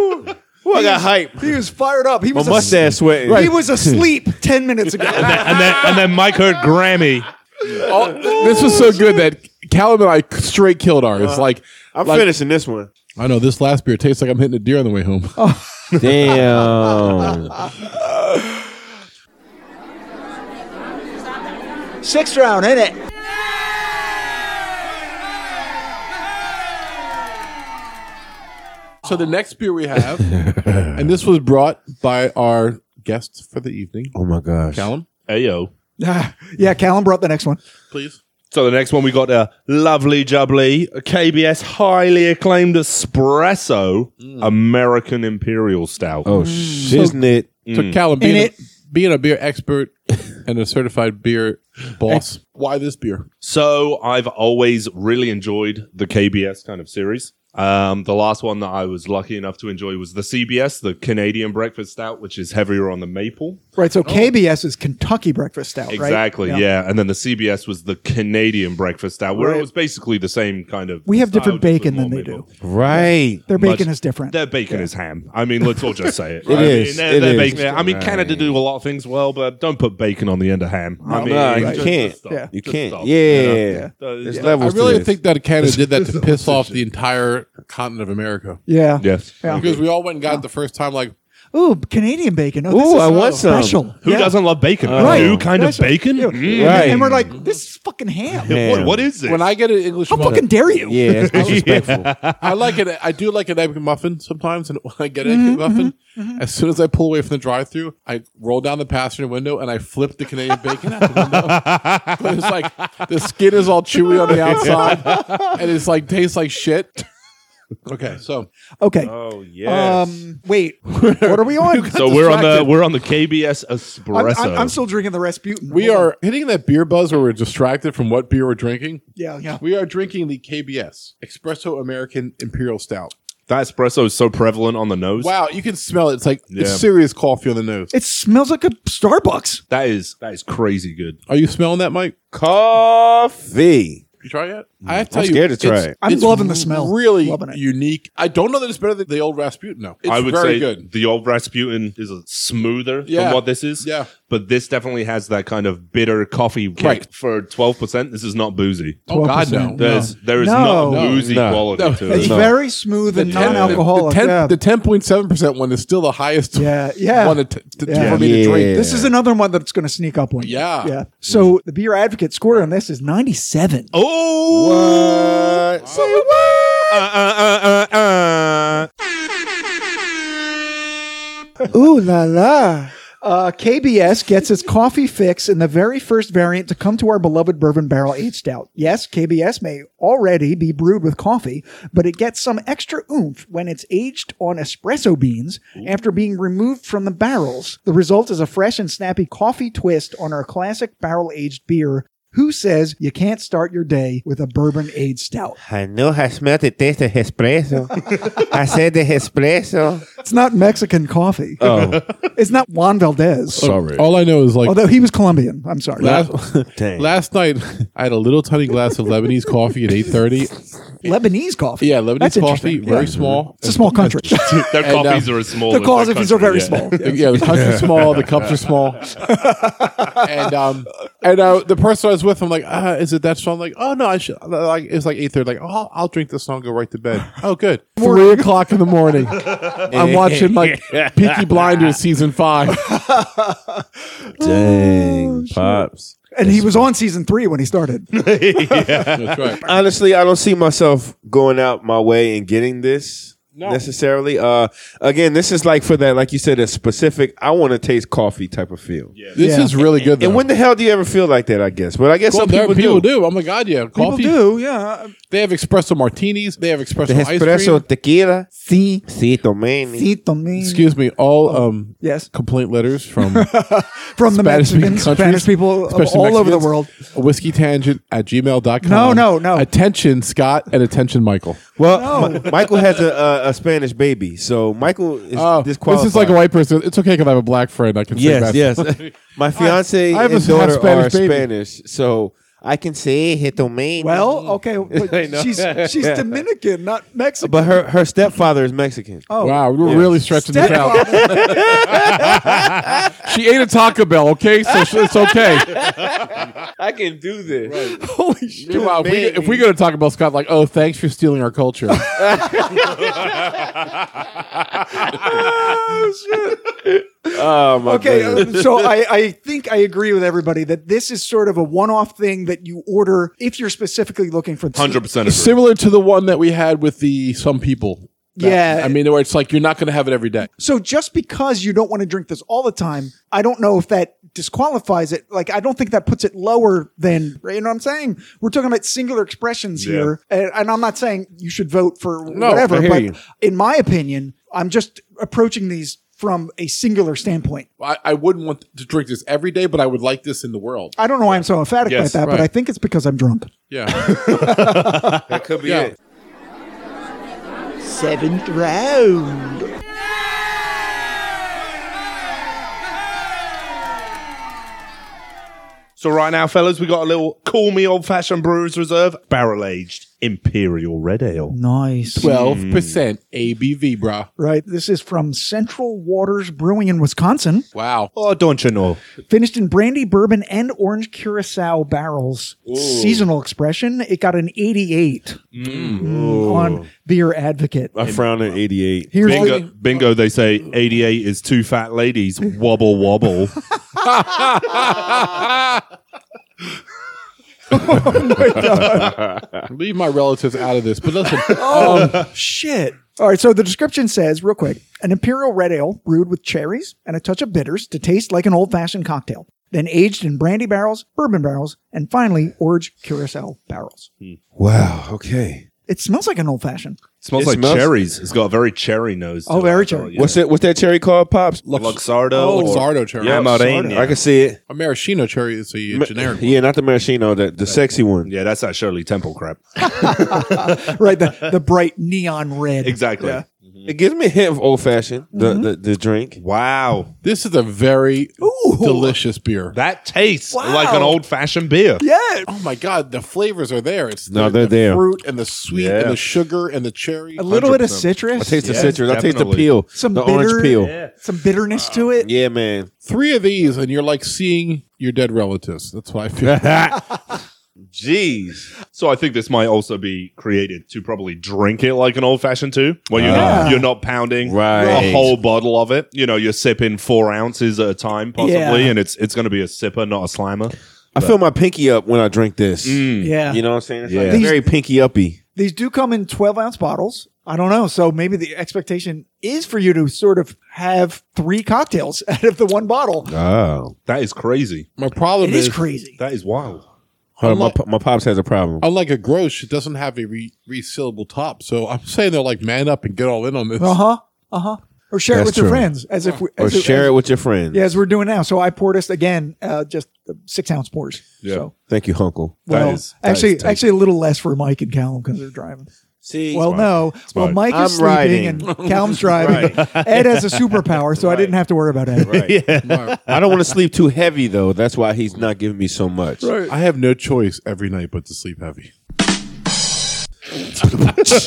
F: Woo, I got hype.
A: He was fired up. He
F: My
A: was a-
F: mustache sweating.
A: He was asleep ten minutes ago.
B: <laughs> and then and then Mike heard Grammy.
D: Oh, this was so good that Callum and I straight killed ours. like,
F: I'm
D: like,
F: finishing this one.
D: I know this last beer tastes like I'm hitting a deer on the way home.
F: Damn.
H: Sixth round, in
D: <laughs>
H: it.
D: <laughs> So the next beer we <laughs> have, and this was brought by our guest for the evening,
F: oh my gosh.
D: Callum.
B: Ayo.
A: yeah, Callum brought the next one.
D: Please.
B: So the next one we got a lovely jubbly KBS highly acclaimed espresso American Imperial Stout.
F: Oh, shiznit.
D: So Callum, being,
A: In
D: a,
A: it-
D: being a beer expert and a certified beer boss, why this beer?
B: So I've always really enjoyed the KBS kind of series. Um, the last one that I was lucky enough to enjoy was the CBS, the Canadian Breakfast Stout, which is heavier on the maple.
A: Right. So KBS is Kentucky Breakfast Stout, right?
B: Exactly, yeah. And then the CBS was the Canadian Breakfast Stout, where
A: Right.
B: it was basically the same kind of.
A: We have
B: style,
A: different
B: just with
A: bacon than
B: more
A: they
B: maple.
A: do.
F: Right.
A: Their
B: Much-
A: bacon is different.
B: Their bacon is ham. I mean, let's all just
A: <laughs>
B: say it.
F: It
B: I
F: is.
B: Mean,
F: It
B: their
F: is.
B: bacon- I mean, Canada do a lot of things well, but don't put bacon on the end of ham. I mean,
F: No, you
B: just-
F: can't.
B: just stop.
A: Yeah.
F: You
B: Just
F: can't.
B: stop.
F: Yeah.
B: Uh,
F: There's
B: yeah.
D: I
F: levels to
D: really
F: this.
D: think that Canada did that to piss off the entire continent of America
A: yeah.
B: Yes.
D: because we all went and got it the first time. Like,
A: Ooh, Canadian bacon. Oh, this
F: Ooh,
A: is
F: I want some.
A: special.
B: Who
A: Yeah.
B: doesn't love bacon?
F: Uh,
B: New
F: Right.
B: kind of
A: Special.
B: bacon?
A: Yeah.
B: Mm.
F: Right.
A: And we're like, this is fucking ham.
F: Man.
B: What, what is this? <laughs>
D: when I get an English
A: How
D: muffin,
A: fucking dare you? <laughs>
F: Yeah, it's disrespectful.
D: I like it. I do like an egg muffin sometimes, and <laughs> when I get an
A: Mm-hmm,
D: egg muffin, as soon as I pull away from the drive-through, I roll down the passenger window and I flip the Canadian bacon out the
F: <laughs>
D: window. But it's like the skin is all chewy on the outside, and it's like tastes like shit. Okay, so
A: Okay.
B: oh yes.
A: Um, wait, what are we on?
B: so we're on the we're on the KBS espresso.
A: I'm, I'm, I'm still drinking the Rasputin.
D: we
A: Hold on.
D: are hitting that beer buzz where we're distracted from what beer we're drinking.
A: Yeah, yeah.
D: We are drinking the KBS Espresso American Imperial Stout.
B: that espresso is so prevalent on the nose.
D: Wow, you can smell it. It's like
B: Yeah.
D: it's serious coffee on the nose.
A: It smells like a Starbucks.
B: That is that is crazy good.
D: Are you smelling that, Mike?
F: Coffee.
D: You try it? yet? I have to tell
F: I'm
D: you,
F: scared to try
D: it's-
F: it.
A: I'm
D: it's
A: loving the smell.
D: Really
A: Loving it.
D: unique. I don't know that it's better than the old Rasputin. No, it's
B: I would
D: very
B: say
D: good.
B: the old Rasputin is a smoother
D: Yeah.
B: than what this is.
D: Yeah.
B: But this definitely has that kind of bitter coffee kick
D: Right.
B: for 12%. This is not boozy.
D: Oh God, no.
A: 12%.
D: The,
B: There's, There is
A: No.
B: not
D: No.
B: boozy
F: No.
B: quality
D: No.
B: to
A: It's
B: it.
F: No.
A: very smooth and
D: ten-
A: non-alcoholic.
D: the ten-
A: yeah.
D: The ten point seven percent one is still the highest.
A: Yeah, yeah.
D: One to, to,
A: Yeah.
D: for me to drink.
A: This is another one that's going to sneak up on you.
D: Yeah.
A: yeah. So the beer advocate score on this is 97.
B: Oh!
F: What?
A: Say what?
B: Uh, uh, uh, uh.
A: Ooh la la. Uh, KBS gets its coffee fix in the very first variant to come to our beloved bourbon barrel aged stout. Yes, KBS may already be brewed with coffee, but it gets some extra oomph when it's aged on espresso beans after being removed from the barrels. The result is a fresh and snappy coffee twist on our classic barrel aged beer. Who says you can't start your day with a bourbon aged stout?
F: I know I smell the taste of espresso. I said the espresso.
A: It's not Mexican coffee.
F: Oh,
A: <laughs> It's not Juan
D: Oh,
A: Valdez.
F: sorry.
D: All I know is like
A: Although he was Colombian. I'm sorry.
D: last,
F: Dang.
D: last night <laughs> I had a little tiny glass of Lebanese coffee at eight thirty.
A: Lebanese coffee.
D: Yeah, Lebanese
A: That's
D: coffee,
A: interesting.
D: very
A: Yeah.
D: small.
A: It's a small
D: <laughs>
A: country. the
B: Their
D: And,
B: coffees
D: uh,
B: are as small.
D: <laughs>
B: as their
A: qualities are
B: country,
A: very
B: yeah.
A: small.
D: The- yeah, the cups are small. The cups are <laughs> small. and um, and uh, the person I was with, I'm like, uh, is it that strong? like, oh no, I should. Like, it's like eight thirty. Like, oh, I'll, I'll drink this and go right to bed. Oh, good. Three o'clock in the morning. <laughs> I'm watching like Peaky Blinders season five.
F: Dang, pops.
D: <laughs>
A: And he was on season three when he started.
D: <laughs> That's <laughs> right.
F: Honestly, I don't see myself going out my way and getting this necessarily. Uh, again, this is like for that, like you said, a specific. I want to taste coffee type of feel. Yeah.
D: This
A: Yeah.
D: is really good. Though.
F: And when the hell do you ever feel like that? I guess, but I guess
D: Well,
F: some
D: there-
F: people,
D: people
F: do.
D: do. Oh my god, yeah. Coffee.
A: People do, yeah.
D: They have espresso martinis. They have espresso,
F: The
D: ice cream.
F: espresso tequila.
A: See,
F: Si, tomeni.
D: Excuse me, all um,
A: Yes.
D: complaint letters
A: <laughs>
D: from
A: From Oh. the
D: Spanish-speaking
A: Mexican,
D: countries,
A: Spanish people of
D: <laughs> especially
A: all over the
D: Mexicans,
A: world.
D: Whiskey tangent at gmail.com.
A: No, no, no.
D: Attention, Scott, and attention, Michael.
F: Well, Mi- Michael has a, a, a Spanish baby, so Michael is
D: Oh, this
F: disqualified.
D: is like a white person. It's okay because I have a black friend. I can say
F: Yes,
D: that.
F: yes. <laughs> My fiance
D: I have a
F: and
D: half
F: daughter
D: Spanish
F: are
D: baby.
F: Spanish, so I can say hitomeni.
D: Mm.
A: Well,
D: <laughs>
A: okay,
F: I
A: but
F: know.
A: she's she's Dominican, not Mexican.
F: but her her stepfather is Mexican.
A: <laughs> oh,
D: Wow, we're really stretching this out.
A: stepfather. <laughs>
D: <laughs> She ate a Taco Bell, okay? So sh- it's okay.
F: I can do this.
A: <laughs> Holy shit!
D: Meanwhile, if we, if we go to Taco Bell, Scott, like, oh, thanks for stealing
A: <laughs>
D: our culture.
F: Oh my
A: Okay,
F: goodness.
A: um,
D: <laughs>
A: so I, I think I agree with everybody that this is sort of a one-off thing that you order if you're specifically looking for.
B: Hundred percent.
D: Similar to the one that we had with the some people.
A: Yeah.
D: I mean, where it's like you're not going to have it every day.
A: So just because you don't want to drink this all the time, I don't know if that disqualifies it. Like I don't think that puts it lower than you know what I'm saying. We're talking about singular expressions
B: Yeah.
A: here, and, and I'm not saying you should vote for
D: No, I
A: whatever.
D: hear
A: But
D: you.
A: in my opinion, I'm just approaching these from a singular standpoint.
D: I, I wouldn't want to drink this every day, but I would like this in the world.
A: I don't know why I'm so emphatic
B: Yes,
A: about that,
D: right.
A: but I think it's because I'm drunk.
D: Yeah.
F: that could be
D: yeah.
F: it.
H: Seventh round.
B: So right now, fellas, we got a little call me old fashioned brewers reserve barrel aged imperial red ale.
A: Nice.
D: 12% ABV, bruh.
A: Right. This is from Central Waters Brewing in Wisconsin,
D: Wow.
B: Oh, don't you know?
A: finished in brandy, bourbon, and orange curacao barrels. Seasonal expression. It got an 88 mm, on Beer Advocate.
F: I frown at eighty eight.
A: Here's
B: Uh, Bingo, <laughs>
A: the-
B: bingo. They say eighty eight is two fat ladies. Wobble wobble.
D: Leave my relatives out of this. But listen,
A: oh, Shit. All right, so the description says, real quick, an imperial red ale brewed with cherries and a touch of bitters to taste like an old fashioned cocktail, then aged in brandy barrels, bourbon barrels, and finally orange curacao barrels.
F: Wow. Okay.
A: It smells like an old fashioned.
B: smells
F: It
B: like
F: smells-
B: cherries. It's got a very cherry nose. to
A: Oh,
B: it.
A: very cherry.
F: What's that? What's that cherry called? Pops.
B: Luxardo. or-
D: Oh, Luxardo cherry.
B: Yeah, Mauritania.
F: I can see it.
D: a maraschino cherry is a generic one.
F: Yeah, not the maraschino, the, the sexy one.
B: Yeah, that's that Shirley
A: <laughs>
B: Temple crap.
A: <laughs> right, the, the bright neon red.
B: Exactly.
F: It gives me a hint of old fashioned. The,
A: Mm-hmm.
F: the the drink.
B: Wow.
D: This is a very delicious beer.
B: That tastes
A: Wow.
B: like an old fashioned beer.
A: Yeah.
D: Oh my God, the flavors are there. It's
F: No,
D: the,
F: they're
D: the
F: there.
D: fruit and the sweet
B: Yeah.
D: and the sugar and the cherry.
A: A little bit of
D: 100%.
F: I
A: citrus.
F: taste the
B: Yeah,
F: citrus. I taste the
B: definitely.
F: peel.
A: Some
F: the
A: bitter-
F: orange peel. Yeah.
B: Yeah.
A: some bitterness to
F: Mm.
A: it.
F: man.
D: Three of these, and you're like seeing your dead relatives. That's why I feel.
B: Jeez. So I think this might also be created to probably drink it like an old fashioned too, where you're not you're not pounding
F: Right.
B: a whole bottle of it. You know, you're sipping four ounces at a time possibly,
A: Yeah.
B: and it's it's going to be a sipper, not a slammer. Mm.
F: I feel my pinky up when I drink this.
A: Yeah.
F: You know what I'm saying? It's
B: Yeah.
F: like
A: These-
F: very pinky uppy.
A: These do come in 12 ounce bottles. I don't know. So maybe the expectation is for you to sort of have three cocktails <laughs> out of the one bottle.
F: Oh.
B: That is crazy.
D: My problem
A: It is
D: is
A: crazy.
B: That is wild.
F: Hold on, my, po- my pops has a problem.
D: Unlike a grosh, it doesn't have a re- resealable top. So I'm saying they're like man up and get all in on this.
A: Uh huh. Uh huh. Or share
F: That's
A: it with your
F: true.
A: friends as if we
F: Or
A: as if-
F: share
A: as-
F: it with your friends.
A: Yeah, as we're doing now. So I poured us again, uh, just uh, six ounce pours.
B: Yeah.
A: So,
F: Thank you, Uncle.
A: well,
B: is- that
A: actually,
B: is tasty.
A: actually a little less for Mike and Callum because they're driving.
F: See,
A: Well, no. Well,
B: Smart.
A: Mike is
F: I'm
A: sleeping <laughs> and Calum's driving. Ed has a superpower, so I didn't have to worry about Ed.
F: I don't want to sleep too heavy though. That's why he's not giving me so much.
D: I have no choice every night but to sleep heavy. <laughs> It is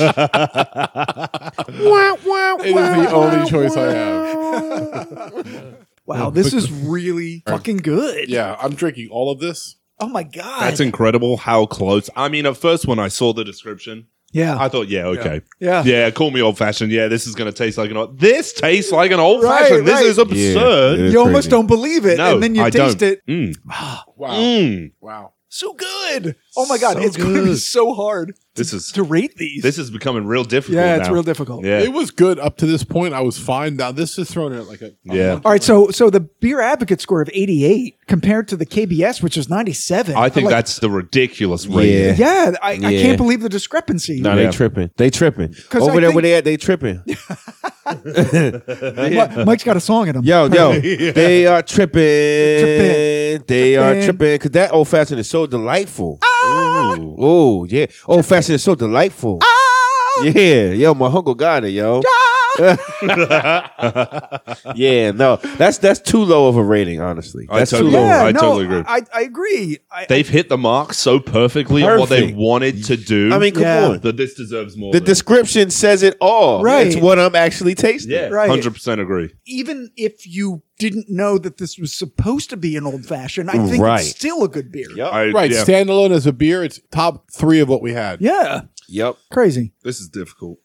D: the only choice I have.
A: Wow, this is really fucking good.
D: Yeah, I'm drinking all of this.
A: Oh my god.
B: That's incredible how close. I mean, at first when I saw the description,
A: yeah.
B: I thought, yeah,
A: <laughs>
B: okay.
A: Yeah.
B: Yeah, call me old fashioned. Yeah, this is going to taste like an old. This tastes like an old
A: Right,
B: fashioned. This
A: right.
B: is absurd.
F: Yeah,
A: you almost don't believe it,
B: No,
A: and then you
B: I
A: taste
B: don't.
A: it.
B: Mm.
D: Wow.
B: Mm.
D: Wow.
A: So good. Oh my god, it's going to be
B: good.
A: so hard.
B: This is
A: to rate these.
B: This is becoming real difficult.
A: Yeah, it's
B: now.
A: real difficult.
B: Yeah,
D: It was good up to this point. I was fine. Now this is throwing it like a
B: yeah.
A: All right, so so the beer advocate score of 88 compared to the KBS, which is 97.
B: I think
A: I'm like,
B: that's the ridiculous rate.
A: yeah, I, I
F: Yeah.
A: can't believe the discrepancy.
F: No,
B: Yeah.
F: they tripping. They tripping.
A: 'Cause
F: Over
A: I
F: there
A: think-
F: where they at, they tripping.
A: <laughs> Mi- Mike's got a song in him. <laughs>
F: Yo, yo, they are tripping. They are
A: Tripping. Ah.
F: tripping because that old fashioned is so delightful. Ooh. Oh yeah, old fashioned is so delightful.
A: Ah.
F: Yeah, yo, my hunger got it, yo. <laughs> yeah, no, that's that's too low of a rating, honestly.
B: I
F: That's too
B: totally-
F: low.
A: Yeah,
B: I
A: no,
B: totally agree.
A: I, I agree. I,
B: They've hit the mark so perfectly on what they
F: Perfect.
B: wanted to do.
F: I mean, come
A: Yeah.
F: on.
B: that this deserves more.
F: The
B: than-
F: description says it all.
A: Right.
F: it's what I'm actually tasting.
B: yeah,
A: right.
B: hundred percent agree.
A: even if you didn't know that this was supposed to be an old fashioned, I think
F: Right.
A: it's still a good beer.
B: I-
D: right.
B: yeah.
D: Standalone as a beer, it's top three of what we had.
A: Yeah.
F: Yep.
A: Crazy.
B: This is difficult.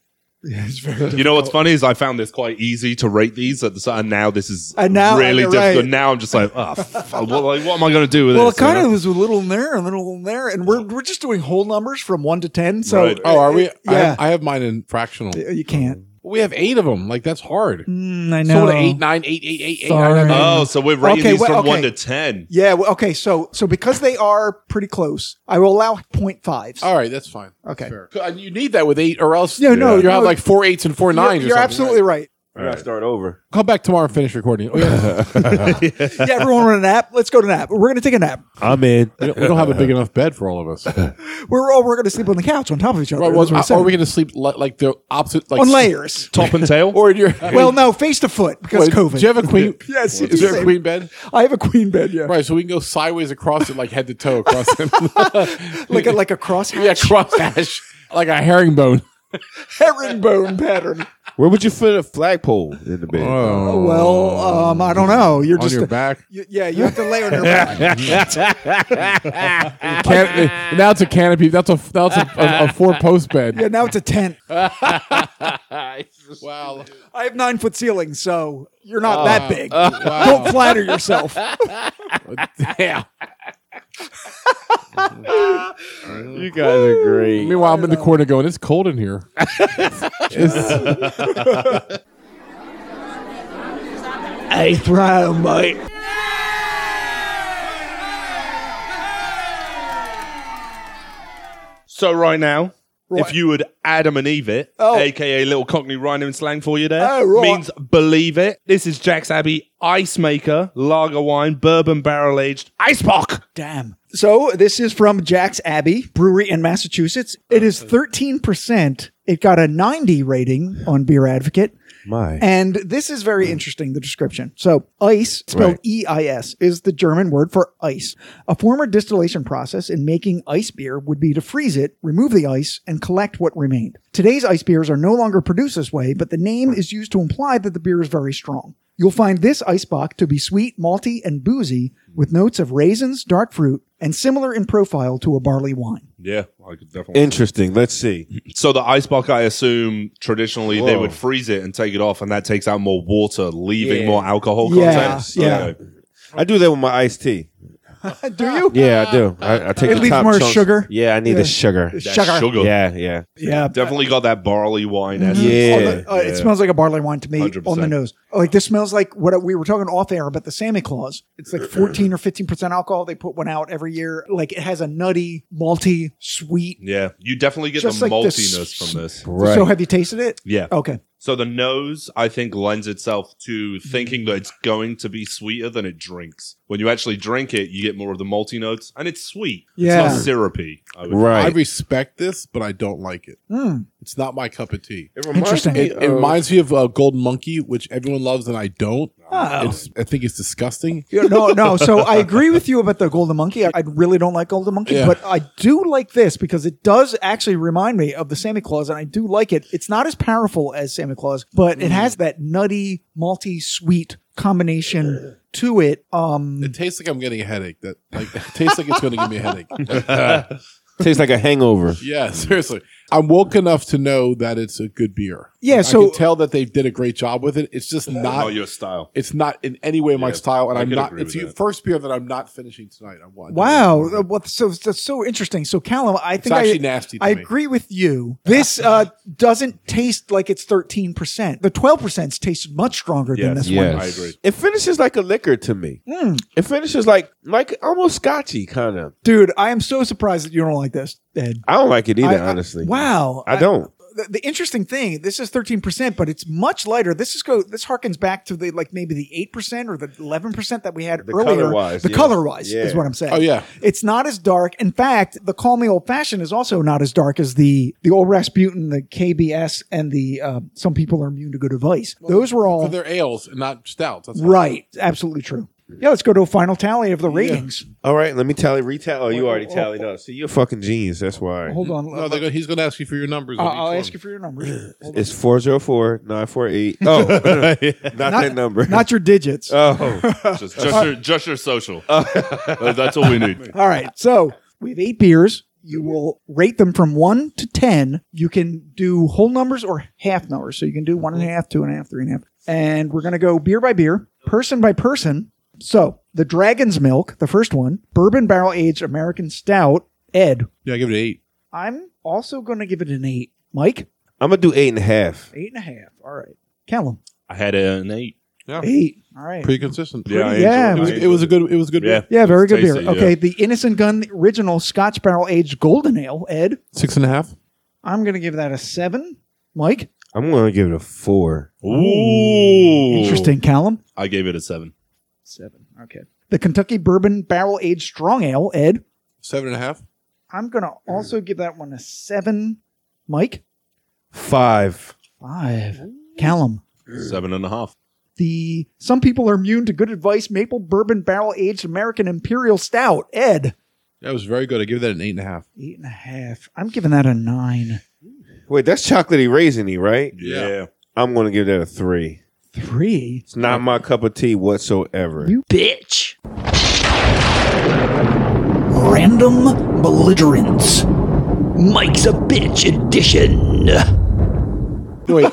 B: You know what's funny is I found this quite easy to rate these at the start, and now this is
A: And now-
B: really
A: you're
B: difficult.
A: right.
B: Now I'm just like, oh, f- what, like, what am I going to do with
A: Well, it
B: this? you
A: kind of
B: know?
A: was a little in there and a little in there, and we're, we're just doing whole numbers from one to ten. So
B: Right.
D: Oh, are we? I,
A: Yeah.
D: have, I have mine in fractional.
A: you can't.
D: We have eight of them. Like that's hard.
A: Mm, I
D: So
A: know.
D: what, eight, nine, eight, eight, eight, eight,
A: Sorry.
D: nine, nine, nine.
B: Oh, so we're rating
A: Okay,
B: these
A: well,
B: from one
A: okay.
B: to ten.
A: yeah. Well, okay. So so because they are pretty close, I will allow 0.5s.
D: All right, that's fine.
A: Okay.
D: That's fair. And uh, you need that with eight, or else
A: Yeah, no,
D: you
A: no.
D: have like four eights and four
A: You're-
D: nines. or
A: You're,
D: something,
A: absolutely
D: right?
A: right.
F: We gotta start over.
D: Come back tomorrow and finish recording. Oh, <laughs> yeah.
A: Yeah, everyone on a nap. Let's go to nap. We're gonna take a nap.
F: I'm in.
D: we, don't, we don't have a big enough bed for all of us. right,
A: We're all we're gonna sleep on the couch on top of each other.
D: well,
A: That's what I
D: are,
A: said.
D: we going to sleep li- like the opposite? Like
A: on layers.
B: Top
A: <laughs>
B: and tail.
D: Or in your
A: Well, no, face to foot because
D: <laughs> Wait,
A: COVID.
D: Do you have
A: <laughs>
D: a queen?
A: Yes,
D: Is there a
A: same.
D: queen bed?
A: I have a queen bed. Yeah,
D: Right, so we can go sideways across it, like head to toe across it. <laughs>
A: like a like a cross
D: yeah, cross ash, like a herringbone.
A: herringbone pattern.
F: Where would you fit a flagpole in the bed?
B: Uh,
D: Oh,
A: Well, um, I don't know. You're
D: on
A: just
D: your back.
A: y- yeah. You have to lay on your
D: <laughs>
A: back.
D: Can- now it's a canopy. That's a that's a, a, a four post bed.
A: <laughs> yeah, now it's a
D: <laughs>
A: tent.
D: Wow.
A: I have nine foot ceilings, so you're not that big.
D: Oh. <laughs> Wow.
A: Don't flatter
D: <laughs>
A: yourself.
D: Damn.
F: You guys are great.
D: Meanwhile, I'm in the corner going, it's cold in here.
B: <laughs>
D: It's-
H: I thrive, mate.
B: So right now, if you would Adam and Eve it, aka little Cockney rhino in slang for you there,
A: Oh, right.
B: means believe it. This is Jack's Abbey Ice Maker Lager Wine Bourbon Barrel Aged Ice Bock.
A: Damn. So this is from Jack's Abbey Brewery in Massachusetts. It is 13%. It got a 90 rating on Beer Advocate.
F: My.
A: And this is very interesting, the description. So, ice, spelled
F: Right.
A: E I S, is the German word for ice. A former distillation process in making ice beer would be to freeze it, remove the ice, and collect what remained. Today's ice beers are no longer produced this way, but the name is used to imply that the beer is very strong. You'll find this icebox to be sweet, malty, and boozy, with notes of raisins, dark fruit, and similar in profile to a barley wine. <laughs>
B: Yeah, I could definitely.
F: Interesting. Let's see.
B: so the ice bock, I assume traditionally they
F: Whoa.
B: would freeze it and take it off, and that takes out more water, leaving
F: Yeah.
B: more alcohol
A: Yeah,
B: content.
A: yeah.
B: Okay.
F: I do that with my iced tea.
A: Do you?
F: Yeah, I do. I, I take
A: It
F: the
A: leaves
F: top
A: more
F: chunks.
A: sugar.
F: Yeah, I need
A: Yeah.
F: the sugar.
B: That
A: Sugar.
B: sugar.
F: Yeah, yeah.
A: Yeah.
B: Definitely got that barley wine. essence.
F: Yeah.
A: on the- uh,
B: Yeah.
A: It smells like a barley wine to me
B: 100%.
A: on the nose. Oh, Like this smells like what we were talking off air about the Santa Claus. It's like 14 or 15% alcohol. They put one out every year. Like it has a nutty, malty, sweet.
B: Yeah, you definitely get
A: Just
B: the
A: like
B: maltiness
A: this- Oh.
B: from this.
F: Right.
A: So have you tasted it?
B: Yeah.
A: Okay.
B: So the nose, I think, lends itself to thinking that it's going to be sweeter than it drinks. When you actually drink it, you get more of the malty notes, and it's sweet. It's
A: Yeah.
B: not syrupy. I would-
D: I
F: right.
D: respect this, but I don't like it.
A: Mm.
D: It's not my cup of tea.
F: It
A: Interesting.
D: It, it reminds me of uh, Golden Monkey, which everyone loves and I don't.
A: Oh.
D: It's, I think it's disgusting.
A: You know, no, no. So I agree with you about the Golden Monkey. I, I really don't like Golden Monkey,
D: Yeah.
A: but I do like this because it does actually remind me of the Santa Claus, and I do like it. It's not as powerful as Santa Claus, but
D: Mm.
A: it has that nutty, malty, sweet combination to it. Um,
D: It tastes like I'm getting a headache. That
B: <laughs>
D: like it tastes like it's going to give me a headache.
F: Tastes like a hangover.
D: Yeah, seriously. I'm woke enough to know that it's a good beer.
A: Yeah,
D: Like, I
A: so-
D: can tell that they did a great job with it. It's just not,
B: Not your style.
D: It's not in any way
B: Oh,
D: my
B: Yeah,
D: style, and
B: I
D: I'm
B: can
D: not.
B: agree
D: It's
B: with
D: the
B: that.
D: first beer that I'm not finishing tonight. I'm one.
A: Wow, uh, what, so that's so interesting. So Callum, I think I,
D: actually nasty to
A: I
D: me.
A: agree with you. This uh, doesn't taste like it's thirteen percent. The twelve percent tasted much stronger than this one.
B: I agree.
F: It finishes like a liquor to me.
A: Mm.
F: It finishes like like almost scotchy kind of.
A: Dude, I am so surprised that you don't like this, Ed.
F: I don't like it either,
A: I- I-
F: honestly.
A: Wow,
F: I don't.
A: The, the interesting thing, this is thirteen percent, but it's much lighter. This is go. This harkens back to the like maybe the eight percent or the eleven percent that we had
F: The
A: earlier.
F: color-wise,
A: the
F: yes.
A: color wise
F: Yeah.
A: is what I'm saying.
D: Oh yeah,
A: It's not as dark. In fact, the Call Me Old Fashioned is also not as dark as the the Old Rasputin, the KBS, and the uh, Some People Are Immune to Good Advice. Those were all
D: But they're ales and not stouts. That's how-
A: right. Absolutely true. Yeah, let's go to a final tally of the ratings.
F: All right, let me tally retally. Oh, you already tallied up. See, you're a fucking genius. That's why.
A: Hold on.
D: No, they're gonna, he's going to ask you for your numbers.
A: I'll, I'll ask you for your
D: <clears throat>
A: numbers. Hold on.
F: It's 404 948.
A: <laughs>
F: Oh, <laughs> not, that number.
A: Not your digits.
F: <laughs> oh,
A: <laughs>
B: Just,
A: Uh,
B: just, your, just your
F: <laughs>
B: social. Uh, That's all we need.
A: All right. So we have eight beers. You will rate them from one to 10. You can do whole numbers or half numbers. So you can do one and a half, two and a half, three and a half. And we're going to go beer by beer, person by person. So the Dragon's Milk, the first one, bourbon barrel aged American Stout. Ed,
D: Yeah, give it an eight.
A: I'm also going to give it an eight. Mike,
F: I'm going to do eight and a half.
A: eight and a half. All right. Callum,
B: I had an eight.
A: eight. All right.
D: Pretty consistent.
B: Yeah, I
A: yeah,
D: It
B: enjoyed
D: was, it was a good. It was a good.
B: Yeah.
D: beer.
A: yeah,
B: It was
A: very good
B: tasty,
A: beer. Okay, the Innocent Gun the original Scotch barrel aged golden ale. Ed,
D: six and a half.
A: I'm going to give that a seven. Mike,
F: I'm going to give it a four.
B: yeah. Ooh.
A: Interesting, Callum.
B: I gave it a seven.
A: Seven. Okay. The Kentucky Bourbon Barrel Aged Strong Ale, Ed.
D: Seven and a half.
A: I'm going to also give that one a seven. Mike,
F: Five.
A: five. Callum.
B: Seven and a half.
A: The Some People Are Immune to Good Advice Maple Bourbon Barrel Aged American Imperial Stout, Ed.
D: That was very good. I give that an eight and a half.
A: Eight and a half. I'm giving that a nine.
F: Wait, that's chocolatey raisiny, right?
D: Yeah.
F: I'm going to give that a three.
A: Three.
F: It's not my cup of tea whatsoever.
A: You-
H: Bitch. Random belligerence. Mike's a bitch edition.
D: <laughs> Wait,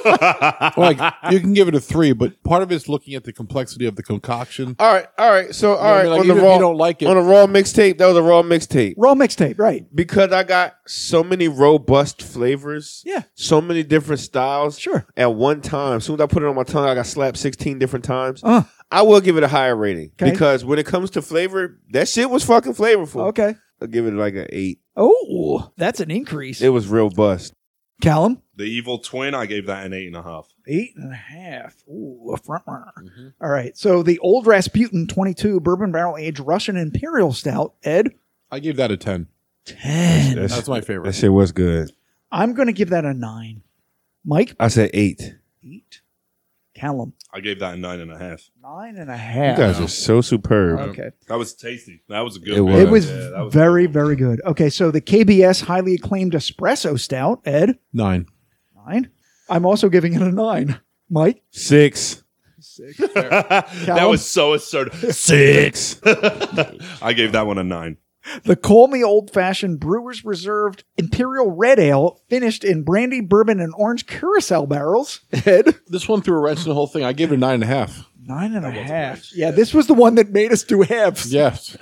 D: like you can give it a three, but part of it's looking at the complexity of the concoction.
F: all right, all right. So, all
D: I
F: right,
D: mean, like,
F: on the
D: even if
F: raw,
D: you don't like it-
F: on a raw mixtape, that was a raw mixtape
A: Raw mixtape, right.
F: because I got so many robust flavors.
A: Yeah.
F: so many different styles.
A: Sure.
F: At one time, as soon as I put it on my tongue, I got slapped sixteen different times.
A: Uh,
F: I will give it a higher rating
A: Okay.
F: because when it comes to flavor, that shit was fucking flavorful.
A: okay.
F: I'll give it like an eight.
A: Oh, that's an increase.
F: It was robust.
A: Callum.
B: The evil twin, I gave that an eight and a half.
A: Eight and a half. Ooh, a front runner.
F: Mm-hmm.
A: All right. So the old Rasputin 22 bourbon barrel aged Russian Imperial Stout, Ed,
D: I gave that a ten.
A: 10.
F: That's-
D: That's my
F: That
D: favorite.
F: shit was good.
A: I'm going to give that a nine. Mike,
F: I said eight.
A: eight. Callum,
B: I gave that a nine and a half.
A: nine and a
F: You
A: half.
F: guys are so superb.
D: Uh,
A: Okay.
B: That was tasty. That was a good beer.
F: It was.
A: It was
B: Yeah, that was a
A: very,
B: good one.
A: very good. Okay. So the KBS highly acclaimed espresso stout, Ed,
D: Nine.
A: nine. I'm also giving it a nine. Mike,
F: Six.
B: <laughs> that was so assertive. <laughs> Six. I gave that one a nine.
A: the Call Me Old Fashioned Brewers Reserved Imperial Red Ale, finished in brandy, bourbon, and orange curacao barrels, Ed.
D: This one threw a wrench in the whole thing. I gave it a nine and a half.
A: Nine and a half. Yeah, this was the one that made us do halves.
D: Yes.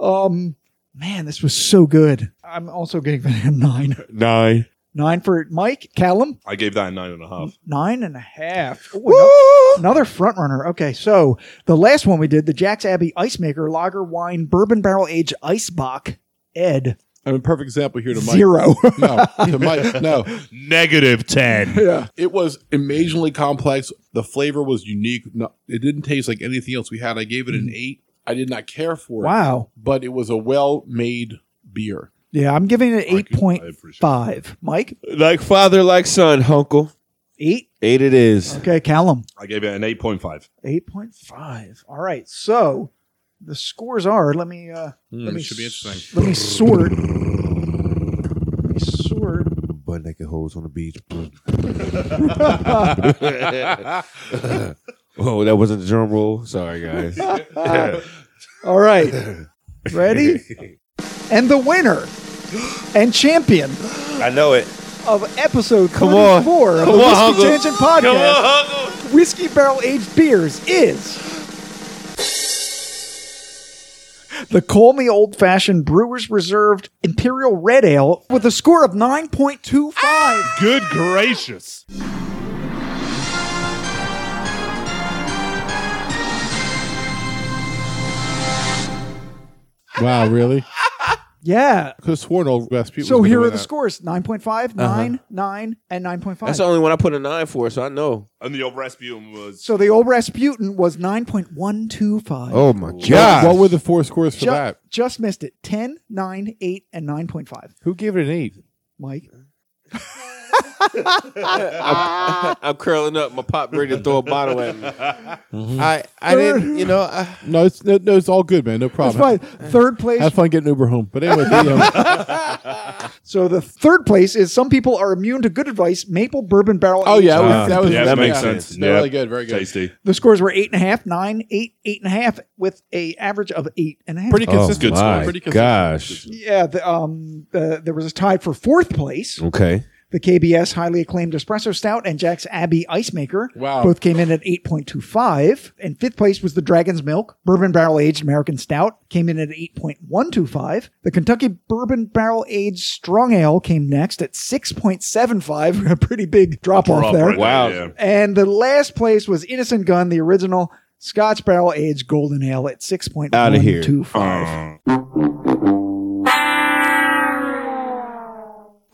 A: Um, man, this was so good. I'm also giving him nine.
F: Nine.
A: Nine for Mike Callum.
B: I gave that a nine and a half.
A: Nine and a half. Ooh, ano- another front runner. Okay, so the last one we did, the Jack's Abbey Ice Maker Lager Wine Bourbon Barrel Age Ice Bock. Ed
D: I'm a perfect example here to Mike.
A: zero.
D: No, <laughs> to Mike. No.
B: Negative ten.
D: Yeah. It was amazingly complex. The flavor was unique. No, it didn't taste like anything else we had. I gave it an eight. I did not care for
A: <laughs>
D: it.
A: wow.
D: But it was a well made beer.
A: Yeah, I'm giving it eight point
B: I appreciate
A: five. Mike
F: Like father, like son, Hunkle.
A: eight.
F: Eight it is.
A: Okay, Callum.
B: I gave it an eight point five.
A: 8.5. All right. So the scores are let me uh
D: Hmm,
A: let me
D: this should be
A: s-
D: interesting.
A: Let me sort. Let me sort.
F: Butt naked holes on the beach. oh, that wasn't the drum roll. Sorry, guys.
A: All right. Ready? and the winner and champion
F: I know it.
A: of episode
F: Come
A: 24
F: on.
A: of
F: Come
A: the
F: on,
A: Whiskey
F: Hungle.
A: Tangent
F: Come on,
A: Podcast, Whiskey Barrel Aged Beers is the Call Me Old Fashioned Brewers Reserved Imperial Red Ale with a score of 9.25.
B: Good gracious.
D: Wow, <laughs> really?
A: Yeah.
D: Could have sworn old Rasputin.
A: So
D: was gonna
A: here
D: win
A: are the
D: that.
A: scores 9.5, 9, 9, and 9.5.
F: <laughs> Uh-huh. That's the only one I put a nine for, so I know.
B: And the old Rasputin was.
A: so the old Rasputin was 9.125.
F: Oh my
D: What,
F: god!
D: what were the four scores for
A: Ju-
D: that?
A: Just missed it. 10, 9, 8, and 9.5.
D: Who gave it an eight?
A: Mike.
F: <laughs> I'm curling up. My pop ready to throw a bottle at me. I I didn't. You know. I,
D: No, it's no, no, it's all good, Oh, man. No
A: That's
D: problem.
A: fine. Third place.
D: Have fun getting Uber home. But anyway, the, um,
A: So the third place is some people are immune to good advice. Maple bourbon barrel.
D: oh yeah,
A: Aged.
B: Ah,
D: that was
B: yeah,
D: that
B: that
D: was-
B: makes
D: yeah,
B: sense.
D: it's Really
B: Yep.
D: good, very good.
B: Tasty.
A: The scores were eight and a half, nine, eight, eight and a half, with a average of eight and a half.
D: Pretty consistent
F: my
D: score. Pretty consistent.
F: gosh.
A: Yeah. The, um. The, there was a tie for fourth place.
F: Okay.
A: The KBS highly acclaimed espresso stout and Jack's Abbey ice maker.
D: Wow.
A: Both came in at eight point two five. And fifth place was the Dragon's Milk bourbon barrel aged American stout. Came in at eight point one two five. The Kentucky bourbon barrel aged strong ale came next at six point seven five. <laughs> A pretty big drop off
B: Drop
A: there.
B: right
F: Wow.
B: there, yeah.
A: And the last place was Innocent Gun, the original Scotch barrel aged golden ale at six point
F: Outta
A: one
F: here.
A: two five.
B: Oh,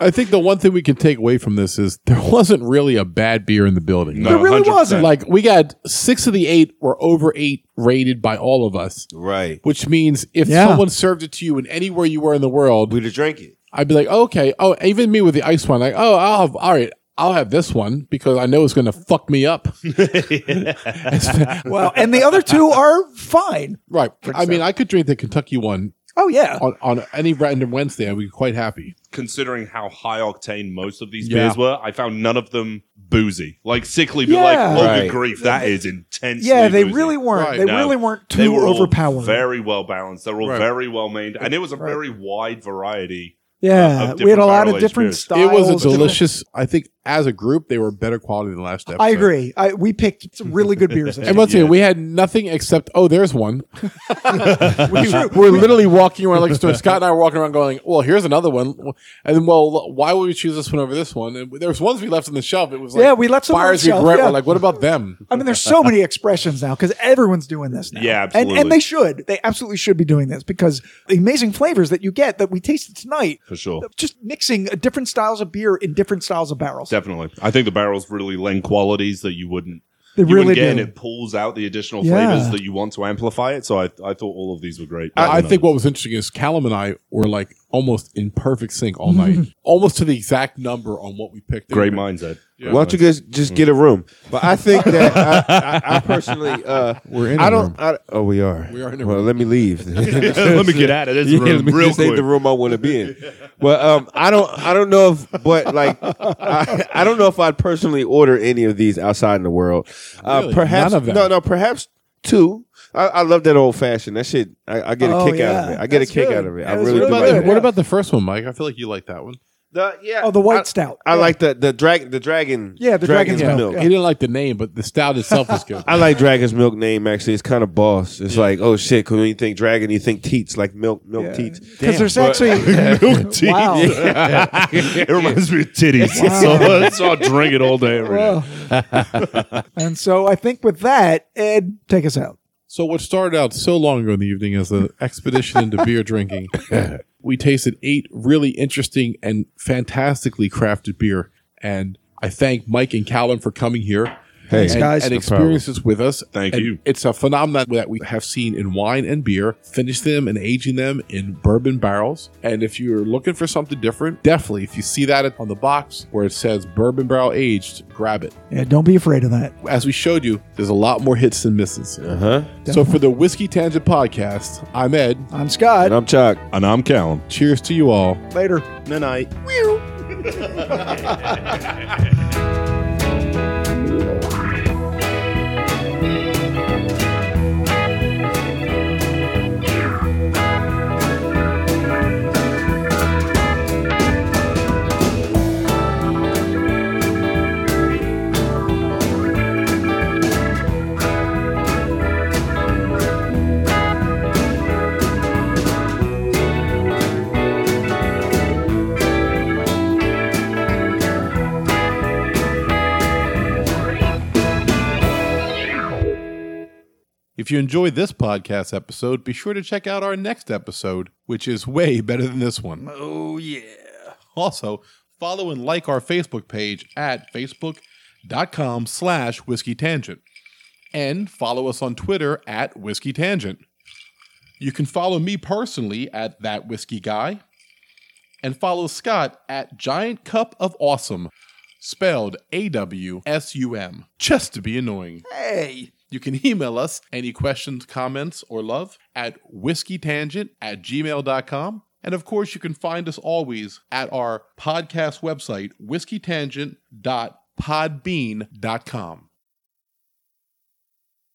D: I think the one thing we can take away from this is there <laughs> wasn't really a bad beer in the building.
B: No,
A: There really
B: 100%.
A: wasn't.
D: Like we got six of the eight were over eight rated by all of us,
F: Right.
D: which means if
A: Yeah.
D: someone served it to you in anywhere you were in the world,
F: We'd have drank it.
D: I'd be like, okay, oh, even me with the ice one, like, oh, I'll have, all right, I'll have this one because I know it's going to fuck me up. <laughs>
B: <laughs>
A: Well, and the other two are fine.
D: right. I mean, I could drink the Kentucky one
A: Oh yeah.
D: on, on any random Wednesday. I'd be quite happy.
B: Considering how high octane most of these
D: Yeah.
B: beers were, I found none of them boozy. Like sickly, but
A: Yeah.
B: like, oh,
F: Right.
B: good grief, that is intense.
A: Yeah, they really weren't.
D: Right,
A: they
B: no.
A: really weren't
B: They
A: too
B: were all
A: overpowered.
B: Very well balanced. They're all
D: Right.
B: very well made, and it was a
A: Right.
B: very wide variety.
A: yeah,
B: of
A: we had a lot of different
B: different
D: it
A: styles.
D: was a
A: different-
D: delicious, I think, as a group, they were better quality than last episode.
A: <laughs> I agree. I, we picked some really good beers. This
D: And
A: week.
D: once again, we had nothing except, oh, there's
B: <laughs>
D: one.
A: It's true.
D: <laughs> We're literally walking around like so Scott and I were walking around going, well, here's another one, and then well, why would we choose this one over this one? And there was ones we left on the shelf. It was like
A: Yeah, we left some on the
D: buyer's
A: shelf,
D: regret.
A: yeah.
D: We're like, what about them?
A: I mean, there's so many expressions now because everyone's doing this now.
B: Yeah,
A: And, and
B: absolutely.
A: they should. They absolutely should be doing this because the amazing flavors that you get that we tasted tonight,
B: For sure.
A: just mixing different styles of beer in different styles of barrels.
B: Definitely. I think the barrels really lend qualities that you wouldn't.
A: They
B: you
A: really
B: wouldn't get,
A: do.
B: and it pulls out the additional
A: Yeah.
B: flavors that you want to amplify it. So I, I thought all of these were great.
D: I, I
B: don't
D: think
B: know.
D: what was interesting is Callum and I were like almost in perfect sync
A: <laughs>
D: all night, almost to the exact number on what we picked.
B: great mindset.
D: Yeah.
F: Why don't you guys just get a room? But I think that I, I, I personally, uh,
D: We're in a
F: I don't.
D: room.
F: I, oh, we are.
D: We are in a
F: well,
D: room.
F: let me <laughs>
B: <laughs>
F: leave.
B: Let me get out of this
F: <laughs> Yeah,
B: room
F: let me-
B: real
F: this ain't
B: quick.
F: the room I want to
A: <laughs>
F: be in. But um, I don't, I don't know if, but like, I, I don't know if I'd personally order any of these outside in the world. Uh,
D: Really?
F: Perhaps
D: None of them?
F: no, no, perhaps two. I, I love that old fashioned. That shit, I, I get a
A: Oh,
F: kick out of
A: yeah.
F: it. I get
A: That's
F: a kick
A: good.
F: out of it. I
A: That is
F: really
D: What
A: really
F: do.
D: about,
F: Like
D: the,
A: good.
F: that.
D: what about the first one, Mike? I feel like you like that one.
F: The, yeah,
A: Oh, the white
F: I-
A: stout.
F: I like the the dragon, the dragon.
A: Yeah, the dragon's milk. Yeah.
D: He didn't like the name, but the stout itself was
A: <laughs>
D: good.
F: I like Dragon's Milk name actually. It's kind of boss. It's like, oh shit, because when you think dragon, you think teats, like milk, milk teats.
A: Because there's
D: <laughs>
A: actually.
B: Milk tea.
A: Wow.
B: <laughs> it reminds me of titties. <laughs> So, so I drink it all day every day.
A: Wow. Oh. <laughs> and so I think with that, Ed, take us out.
D: So what started out so long ago in the evening as an expedition into beer drinking, we tasted eight really interesting and fantastically crafted beer. And I thank Mike and Callum for coming here.
F: Thanks,
D: and,
A: guys.
D: and
F: No
D: experience this with us.
B: Thank
D: And
B: you.
D: It's a phenomenon that we have seen in wine and beer, finish them and aging them in bourbon barrels. And if you're looking for something different, definitely if you see that on the box where it says bourbon barrel aged, grab it.
A: Yeah, don't be afraid of that.
D: As we showed you, there's a lot more hits than misses.
F: Uh huh.
D: So for the Whiskey Tangent podcast, I'm Ed.
A: I'm Scott.
F: And I'm Chuck.
B: And I'm Callum.
D: Cheers to you all.
A: Later.
B: Night night.
D: If you enjoy this podcast episode, be sure to check out our next episode, which is way better than this one.
E: Oh, yeah.
D: Also, follow and like our Facebook page at facebook.com slash whiskey tangent. And follow us on Twitter at whiskey tangent. You can follow me personally at that whiskey guy. And follow Scott at Giant Cup of Awesome, spelled A W S U M, just to be annoying.
H: Hey.
D: You can email us any questions, comments, or love at whiskeytangent at gmail.com. And of course, you can find us always at our podcast website, whiskeytangent.podbean.com.